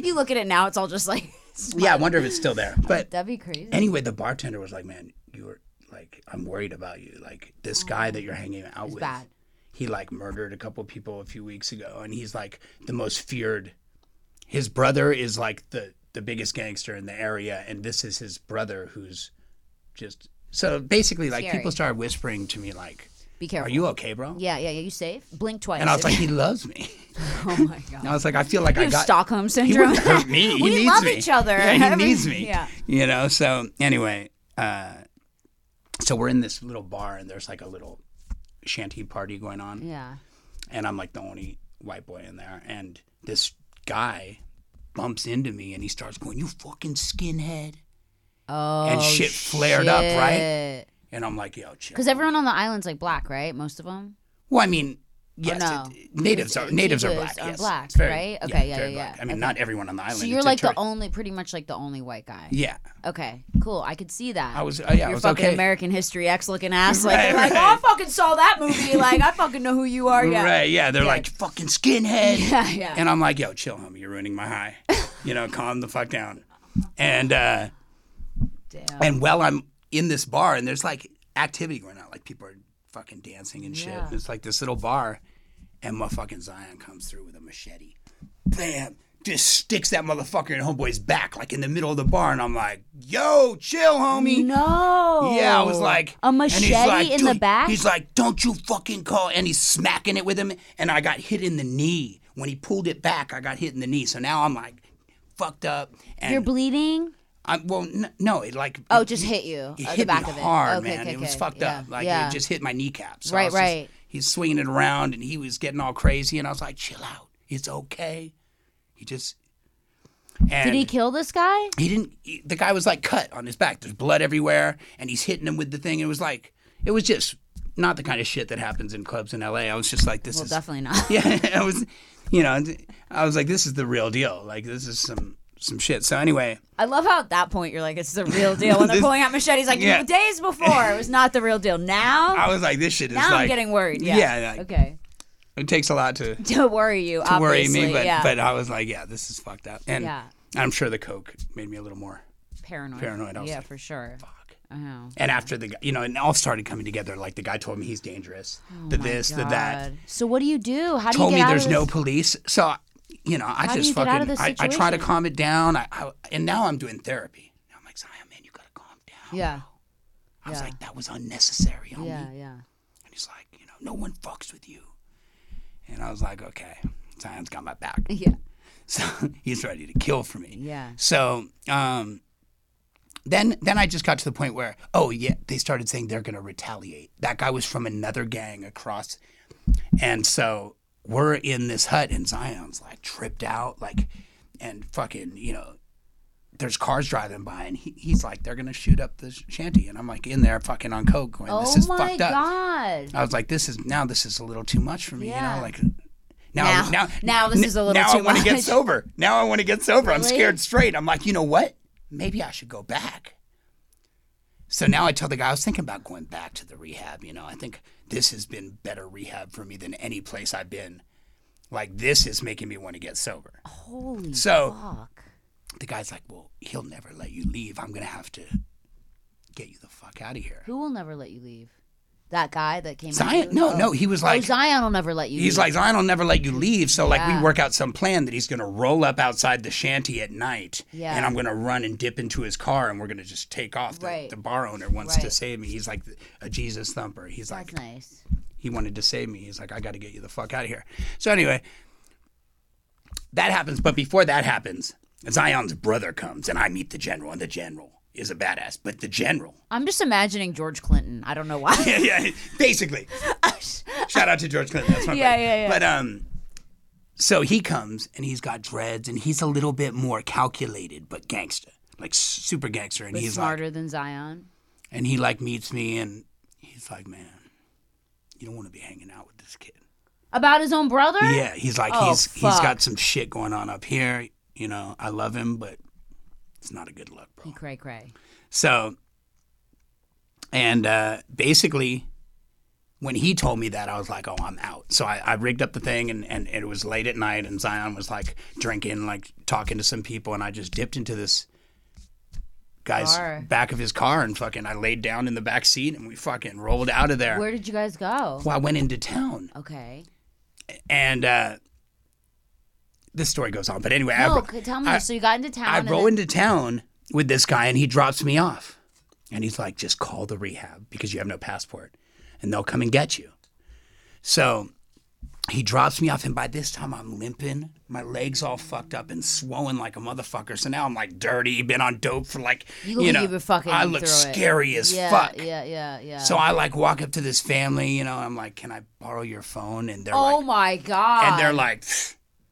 you look at it now, it's all just like,
yeah, I wonder if it's still there. But
that'd be crazy.
anyway, the bartender was like, "Man, you were like, I'm worried about you. Like this guy that you're hanging out with,
bad.
he like murdered a couple people a few weeks ago, and he's like the most feared. His brother is like the the biggest gangster in the area, and this is his brother who's just so basically like
Scary.
people started whispering to me like,
Be careful.
"Are you okay, bro?"
yeah, yeah, yeah. You safe? Blink twice.
And I was like, "He loves me."
oh my God.
And I was like, "I feel like
You
I
have
got."
Stockholm
He
syndrome.
wouldn't hurt me. He
we
needs
love
me.
each other.
Yeah, he
I mean,
needs me.
Yeah.
You know, so anyway, uh, so we're in this little bar and there's like a little shanty party going on.
Yeah.
And I'm like the only white boy in there. And this guy bumps into me and he starts going, You fucking skinhead.
Oh.
shit flared up, right?
shit.
And I'm like, Yo, chill.
Because everyone on the island's like black, right? Most of them.
Well, I mean, yes,
no.
it- natives
It's-
are natives are
natives
black.
are
yes.
black,
It's very-
right? Okay, yeah,
very
yeah,
black.
yeah.
I mean, not everyone on the island.
So you're
It's a
like the
tourist-
only, pretty much like the only white guy.
yeah.
Okay, cool. I could see that.
I was, uh, yeah, I
Your
was
fucking
okay.
American History X looking ass. Like,
Right,
they're like,
right.
oh, I fucking saw that movie. Like, I fucking know who you are. Yeah.
Right, yeah. They're like, fucking skinhead.
Yeah, yeah.
And I'm like, yo, chill, homie. You're ruining my high. you know, calm the fuck down. And uh,
Damn.
and while I'm in this bar, and there's like activity going on, like people are fucking dancing and shit.
Yeah.
And it's like this little bar, and my fucking Zion comes through with a machete. Bam! Just sticks that motherfucker in homeboy's back, like in the middle of the bar, and I'm like, yo, chill, homie.
No.
Yeah, I was like
Oh, a
and he's
machete
like,
in the
"Dude,"
back.
He's like, "Don't you fucking call!" And he's smacking it with him, and I got hit in the knee. When he pulled it back, I got hit in the knee. So now I'm like, fucked up. And
You're bleeding.
I'm well, n- no, it like
Oh,
it-
just hit you.
It
uh,
hit
the back
me
of it.
hard,
okay,
man.
Okay,
it was
okay.
fucked
yeah.
up. Like
yeah.
it just hit my kneecap. So I
Right,
was just-
right.
he's swinging it around, and he was getting all crazy, and I was like, "Chill out, it's okay." He just and
Did he kill this guy?
he didn't he- the guy was like cut on his back there's blood everywhere and he's hitting him with the thing it was like it was just not the kind of shit that happens in clubs in la i was just like this
Well,
is
definitely not.
yeah i was you know and i was like this is the real deal like this is some some shit so anyway
I love how at that point you're like, it's the real deal. When they're
This-
pulling out machetes, like
Yeah.
days before it was not the real deal. Now,
i was like this shit is
now
like
I'm getting worried. Yeah.
yeah, like,
okay.
it takes a lot to
Don't worry you.
to worry
obviously.
me but
yeah.
but i was like yeah this is fucked up and
Yeah.
i'm sure the coke made me a little more
paranoid.
paranoid, I was
Yeah,
like,
for sure.
fuck
I know.
and after the guy, you know, and it all started coming together. Like the guy told me he's dangerous, the this, the that.
Oh God. So what do you do? How do
told
you
me
get out
there's
of
no
this?
police. So, I- you know, I
How do
just
you get
fucking,
out of this
I, I try to
situation?
calm it down. I, I And now I'm doing therapy. Now I'm like, Zion, man, you got to calm down.
Yeah.
I was
yeah.
like, that was unnecessary on
Yeah,
me.
yeah.
And he's like, you know, no one fucks with you. And I was like, okay, Zion's got my back.
Yeah.
So he's ready to kill for me.
Yeah.
So, um, then, then I just got to the point where, oh yeah, they started saying they're gonna retaliate. That guy was from another gang across, and so we're in this hut, and Zion's like tripped out, like, and fucking, you know, there's cars driving by, and he, he's like, they're gonna shoot up the shanty, and I'm like in there, fucking on coke, going, this
oh
is
my
fucked up. Uh,
god.
I was like, this is now this is a little too much for me.
Yeah.
You know, like now
Now-
now
now this is a little
now
too
I want to get
much.
sober. Now I want to get sober. I'm
Really?
scared straight. I'm like, you know what? Maybe I should go back. So now I tell the guy I was thinking about going back to the rehab. You know, I think this has been better rehab for me than any place I've been. Like this is making me want to get sober.
Holy
So-
fuck.
The guy's like, well, he'll never let you leave. I'm gonna have to get you the fuck out of here.
Who will never let you leave? That guy that came after
Zion?
you?
No,
Oh.
no. He was like,
oh, Zion will never let you
He's
leave.
like, Zion will never let you leave. So, like,
Mm. Yeah.
we work out some plan that he's going to roll up outside the shanty at night.
Yeah.
And I'm going to run and dip into his car and we're going to just take off. The,
Right.
the bar owner wants to
Right.
save me. He's like a Jesus thumper. He's
That's
like,
nice.
he wanted to save me. He's like, I got to get you the fuck out of here. So, anyway, that happens. But before that happens, Zion's brother comes and I meet the general and the general. is a badass, but the general.
I'm just imagining George Clinton. I don't know why.
yeah, yeah. Basically, shout out to George Clinton. That's my
Yeah,
buddy.
yeah, yeah.
But um, so he comes and he's got dreads and he's a little bit more calculated, but gangster, like super gangster. And he's like,
Smarter than Zion.
and he like meets me and he's like, man, you don't want to be hanging out with this kid.
About his own brother?
Yeah, he's like
Oh,
he's he's
fuck.
got some shit going on up here. You know, I love him, but it's not a good look, bro.
He cray cray.
So, and uh, basically, when he told me that, I was like, "Oh, I'm out." So I, I rigged up the thing, and, and it was late at night, and Zion was like drinking, like talking to some people, and I just dipped into this guy's
Car.
back of his car, and fucking, I laid down in the back seat, and we fucking rolled out of there.
Where did you guys go?
well, I went into town,
Okay.
and uh, this story goes on, but anyway, I,
No,
ro-
c- tell me.
I-
so you got into town.
I
and
roll
then-
into town with this guy and he drops me off. And he's like, just call the rehab because you have no passport and they'll come and get you. So he drops me off. And by this time, I'm limping, my legs all fucked up and swollen like a motherfucker. So now I'm like dirty, been on dope for like,
You
you,
look like
know,
you've been fucking
I look
through it.
scary as
yeah,
fuck.
Yeah, yeah, yeah.
So I like walk up to this family, you know, I'm like, can I borrow your phone? And they're
oh
like,
my god.
and they're like,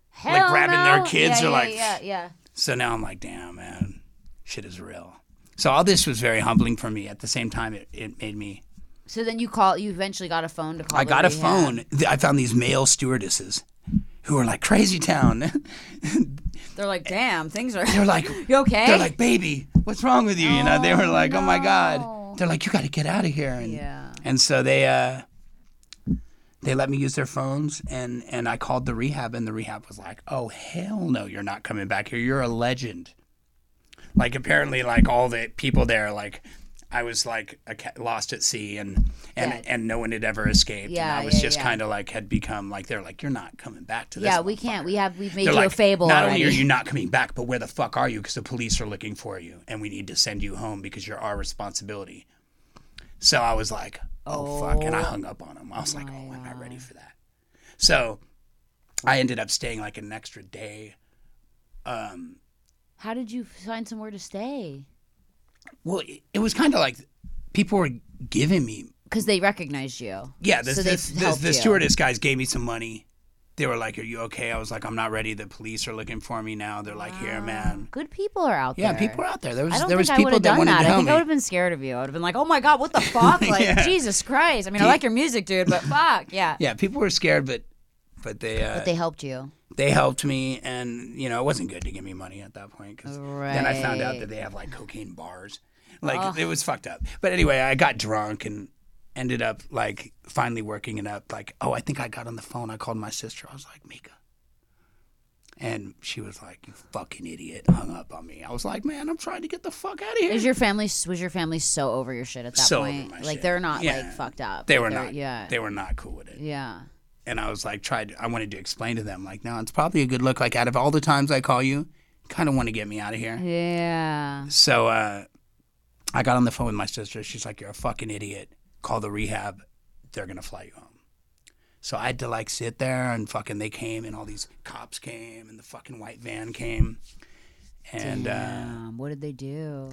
Hell
grabbing their
no.
kids,
Yeah,
they're
yeah,
like,
yeah, yeah.
So now I'm like, damn, man, shit is real. So all this was very humbling for me. At the same time, it, it made me.
So then you call. You eventually got a phone to call.
I
the
got a
rehab.
phone. Th- I found these male stewardesses who were like crazy town.
They're like, damn, things are.
they're like,
You okay?
They're like, baby, what's wrong with you? you know, they were like, oh my
no.
god. They're like, you got to get out of here. And,
Yeah.
And so they uh, they let me use their phones, and and I called the rehab, and the rehab was like, oh hell no, you're not coming back here. You're a legend. Like apparently, like all the people there, like. I was like a ca- lost at sea, and and,
Yeah.
and no one had ever escaped.
Yeah,
and I was
yeah,
just
yeah.
kind of like had become like they're like you're not coming back to this.
yeah, we
motherfucker."
can't. We have. We've made
They're
you
like,
a fable
Not
already.
only are you not coming back, but where the fuck are you? Because the police are looking for you, and we need to send you home because you're our responsibility. So I was like, oh, fuck, and I hung up on him. I was like, oh, I'm not ready for that. So I ended up staying like an extra day.
How did you find somewhere to stay?
Well, it, it was kind of like people were giving me
Because they recognized you.
Yeah, this,
So they
this, this,
helped
the
you.
stewardess guys gave me some money. They were like, "Are you okay?" I was like, "I'm not ready. The police are looking for me now." They're like, "Here, man."
Good people are out
Yeah,
there.
people were out there. There was
I don't
there was
think I would
people
have
that
done
wanted
that.
to
I
help
think I
me.
would have been scared of you. I would have been like, "Oh my god, what the fuck? Like,
Yeah.
Jesus Christ! I mean, I like your music, dude, but fuck, yeah."
Yeah, people were scared, but but they uh,
But they helped you.
they helped me, and you know it wasn't good to give me money at that point because then I found out
Right.
that they have like cocaine bars, like it was fucked up. But anyway, I got drunk and ended up like finally working it up. Like, oh, I think I got on the phone. I called my sister. I was like, Mika, and she was like, "You fucking idiot!" Hung up on me. I was like, "Man, I'm trying to get the fuck out of here."
Is your family was your family so over your shit at that
So over
point?
my
like
shit.
they're not
Yeah.
like fucked up.
they
Like,
were
they're-
not.
Yeah.
they were not cool with it.
yeah.
and I was like, tried. I wanted to explain to them, like, no, it's probably a good look. Like, out of all the times I call you, kind of want to get me out of here.
Yeah.
So uh, I got on the phone with my sister. She's like, you're a fucking idiot. Call the rehab. They're gonna fly you home. So I had to like sit there and fucking they came and all these cops came and the fucking white van came, and uh,
Damn, what did they do?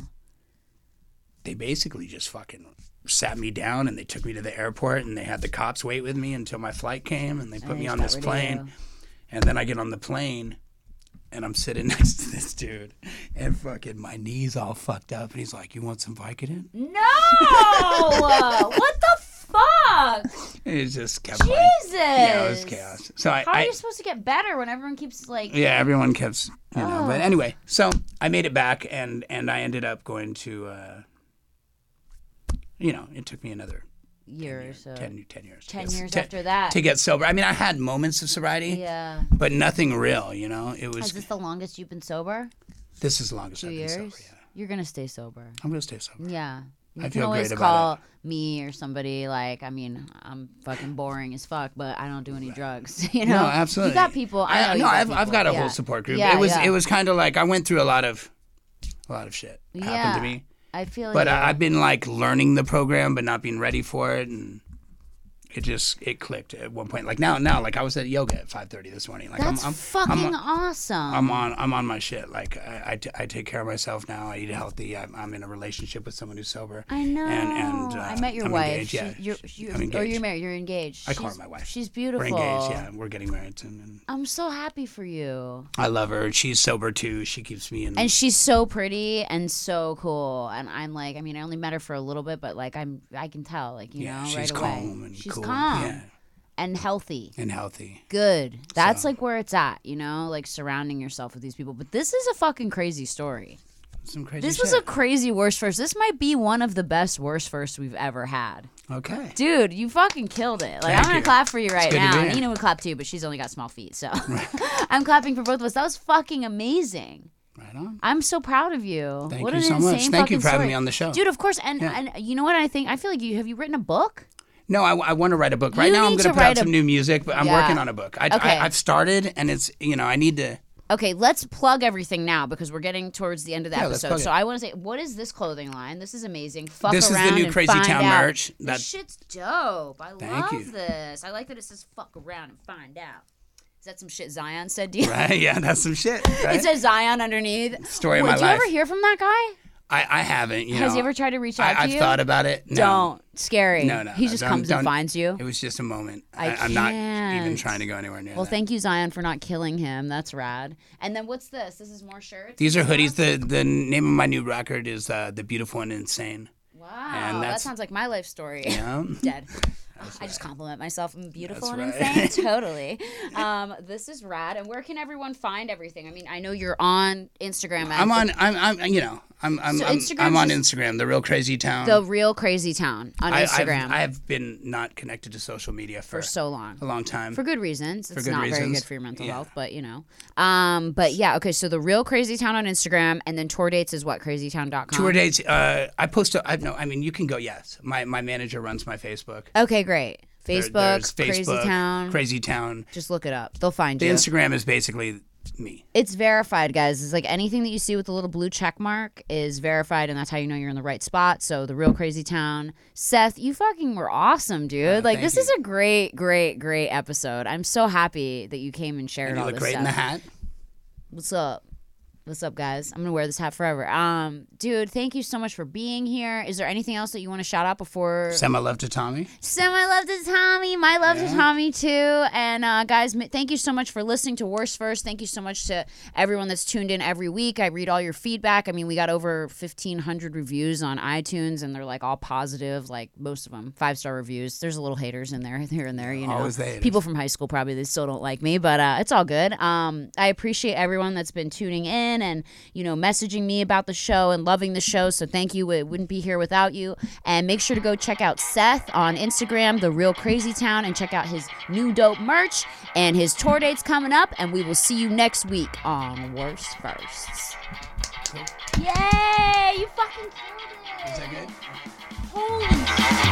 they basically just fucking sat me down and they took me to the airport and they had the cops wait with me until my flight came and they put
And
me
they
on
got
this
rid of
plane
you.
and then I get on the plane and I'm sitting next to this dude and fucking my knees all fucked up and he's like, "You want some Vicodin?"
No! what the fuck?
And it just kept Jesus.
Jesus!
Yeah, it was chaos. So I,
How are
I
you supposed to get better when everyone keeps like?
yeah, everyone kept you know. But
Oh.
anyway, so I made it back and and I ended up going to uh you know, it took me another
year or so.
10, 10 years. to
10
get-
years after that.
To get sober. I mean, I had moments of sobriety,
Yeah.
but nothing real, you know? It was,
Is this the longest you've been sober?
this is the longest
Two
I've
years?
been sober. Yeah.
You're gonna stay sober.
I'm going to stay sober.
Yeah. You
I
can
feel
always
great
call
about
me or somebody like I mean I'm fucking boring as fuck, but I don't do any drugs. You know,
No, absolutely.
You got people. I, know you
no,
got
I've, I've
people.
got a
Yeah.
whole support group.
Yeah,
it was,
yeah.
it was kind of like I went through a lot of, a lot of shit happened to
Yeah.
me.
I feel.
But uh,
you.
I, I've been like learning the program, but not being ready for it, and It just it clicked at one point. Like now, now, like I was at yoga at five thirty this morning. Like
That's
I'm, I'm,
fucking
I'm,
awesome.
I'm on I'm on my shit. Like I, I, t- I take care of myself now. I eat healthy. I'm, I'm in a relationship with someone who's sober.
I know.
And, and uh,
I met your
I'm
wife.
engaged,
She-
yeah,
you're, oh,
She-
you're,
I'm
Or
engaged.
you're married. You're engaged.
I call
She's-
her my wife.
She's beautiful.
We're engaged. Yeah, we're getting married soon. And
I'm so happy for you.
I love her. She's sober too. She keeps me in.
And she's so pretty and so cool. And I'm like, I mean, I only met her for a little bit, but like, I'm, I can tell, like, you
yeah,
know,
she's
right
calm
away.
and
she's calm
cool. Yeah,
and healthy.
and healthy.
Good. That's like where it's at, you know, like surrounding yourself with these people. But this is a fucking crazy story.
Some crazy.
This
shit.
was a crazy worst first. This might be one of the best worst first we've ever had.
okay.
Dude, you fucking killed it. Like I'm
Thank
gonna
you.
clap for you right
good to be
now.
here.
Nina would clap too, but she's only got small feet, so I'm clapping for both of us. That was fucking amazing.
Right on.
I'm so proud of you.
Thank
what
you
an
so
insane
much. Thank you
fucking
for having
story.
me on the show.
dude. Of course, and
Yeah.
and you know what I think? I feel like you have you written a book.
No, I, want to write a book. Right
You
now, I'm
need to
going to put out
write a-
some new music, but I'm
Yeah.
working on a book. I,
Okay.
I, I've started, and it's you know I need to.
Okay, let's plug everything now because we're getting towards the end of the
Yeah, let's
episode.
plug
So
it.
I want to say, what is this clothing line? This is amazing. Fuck
This is the
around
new
and
Crazy
find
Town
out.
merch. That-
This shit's dope. I love
you.
this. I like that it says "fuck around and find out." Is that some shit Zion said to you?
Right? Yeah, that's some shit. Right?
It says Zion underneath.
Story of
Wait,
my
do
life.
you ever hear from that guy?
I, I haven't. You
Has
know.
he ever tried to reach
I,
out to
I've
you?
thought about it. No.
Don't. Scary.
No, no.
He
no,
just
don't-
comes
don't.
and finds you.
It was just a moment.
I
I, am not even
can't.
trying to go anywhere near
Well,
that.
thank you, Zion, for not killing him. That's rad. And then what's this? This is more shirts.
These are hoodies. The the name of my new record is uh, The Beautiful and Insane.
Wow,
and
that
that's-
sounds like my life story.
Yeah.
Dead. I just compliment myself. I'm beautiful
That's
and
right.
insane. totally. Um, this is rad. And where can everyone find everything? I mean, I know you're on Instagram. At
I'm on. I'm. I'm. You know. I'm. I'm.
So
I'm,
Instagram's
I'm on
just-
Instagram. The real crazy town.
the Real Crazy Town on
I,
Instagram
I've, I have been not connected to social media for,
for so long.
a long time.
for good reasons. It's
good
not very
reasons.
good for your mental
Yeah.
health, but you know. Um, but yeah, okay. So the real Crazy Town on Instagram, and then tour dates is what crazytown.com.
Tour dates. Uh, I post. A, I no. I mean, you can go. Yes, my my manager runs my Facebook.
Okay, great.
There-
Facebook,
there's
Crazy
Facebook,
Town.
Crazy Town.
Just look it up. They'll find
The
you.
Instagram is basically me.
it's verified, guys. It's like anything that you see with the little blue check mark is verified, and that's how you know you're in the right spot. So the real Crazy Town, Seth, you fucking were awesome, dude. like
thank
this is a great, great, great episode. I'm so happy that you came and shared
You
all
look
this
great
stuff.
in the hat.
What's up? What's up, guys? I'm gonna wear this hat forever. Um, dude, thank you so much for being here. Is there anything else that you want to shout out before?
Send my love to Tommy.
Send my love to Tommy. My love to Tommy too. And uh, guys, m- thank you so much for listening to Worst First. Thank you so much to everyone that's tuned in every week. I read all your feedback. I mean, we got over 1,500 reviews on iTunes, and they're like all positive. Like most of them, five star reviews. There's a little haters in there, here and there. You know,
Always the haters.
people from high school probably they still don't like me, but uh, it's all good. Um, I appreciate everyone that's been tuning in and you know messaging me about the show and loving the show. So thank you. It wouldn't be here without you. And make sure to go check out Seth on Instagram, The Real Crazy Town, and check out his new dope merch and his tour dates coming up. And we will see you next week on Worst Firsts. Yay! You fucking killed it.
Is that good?
Holy shit.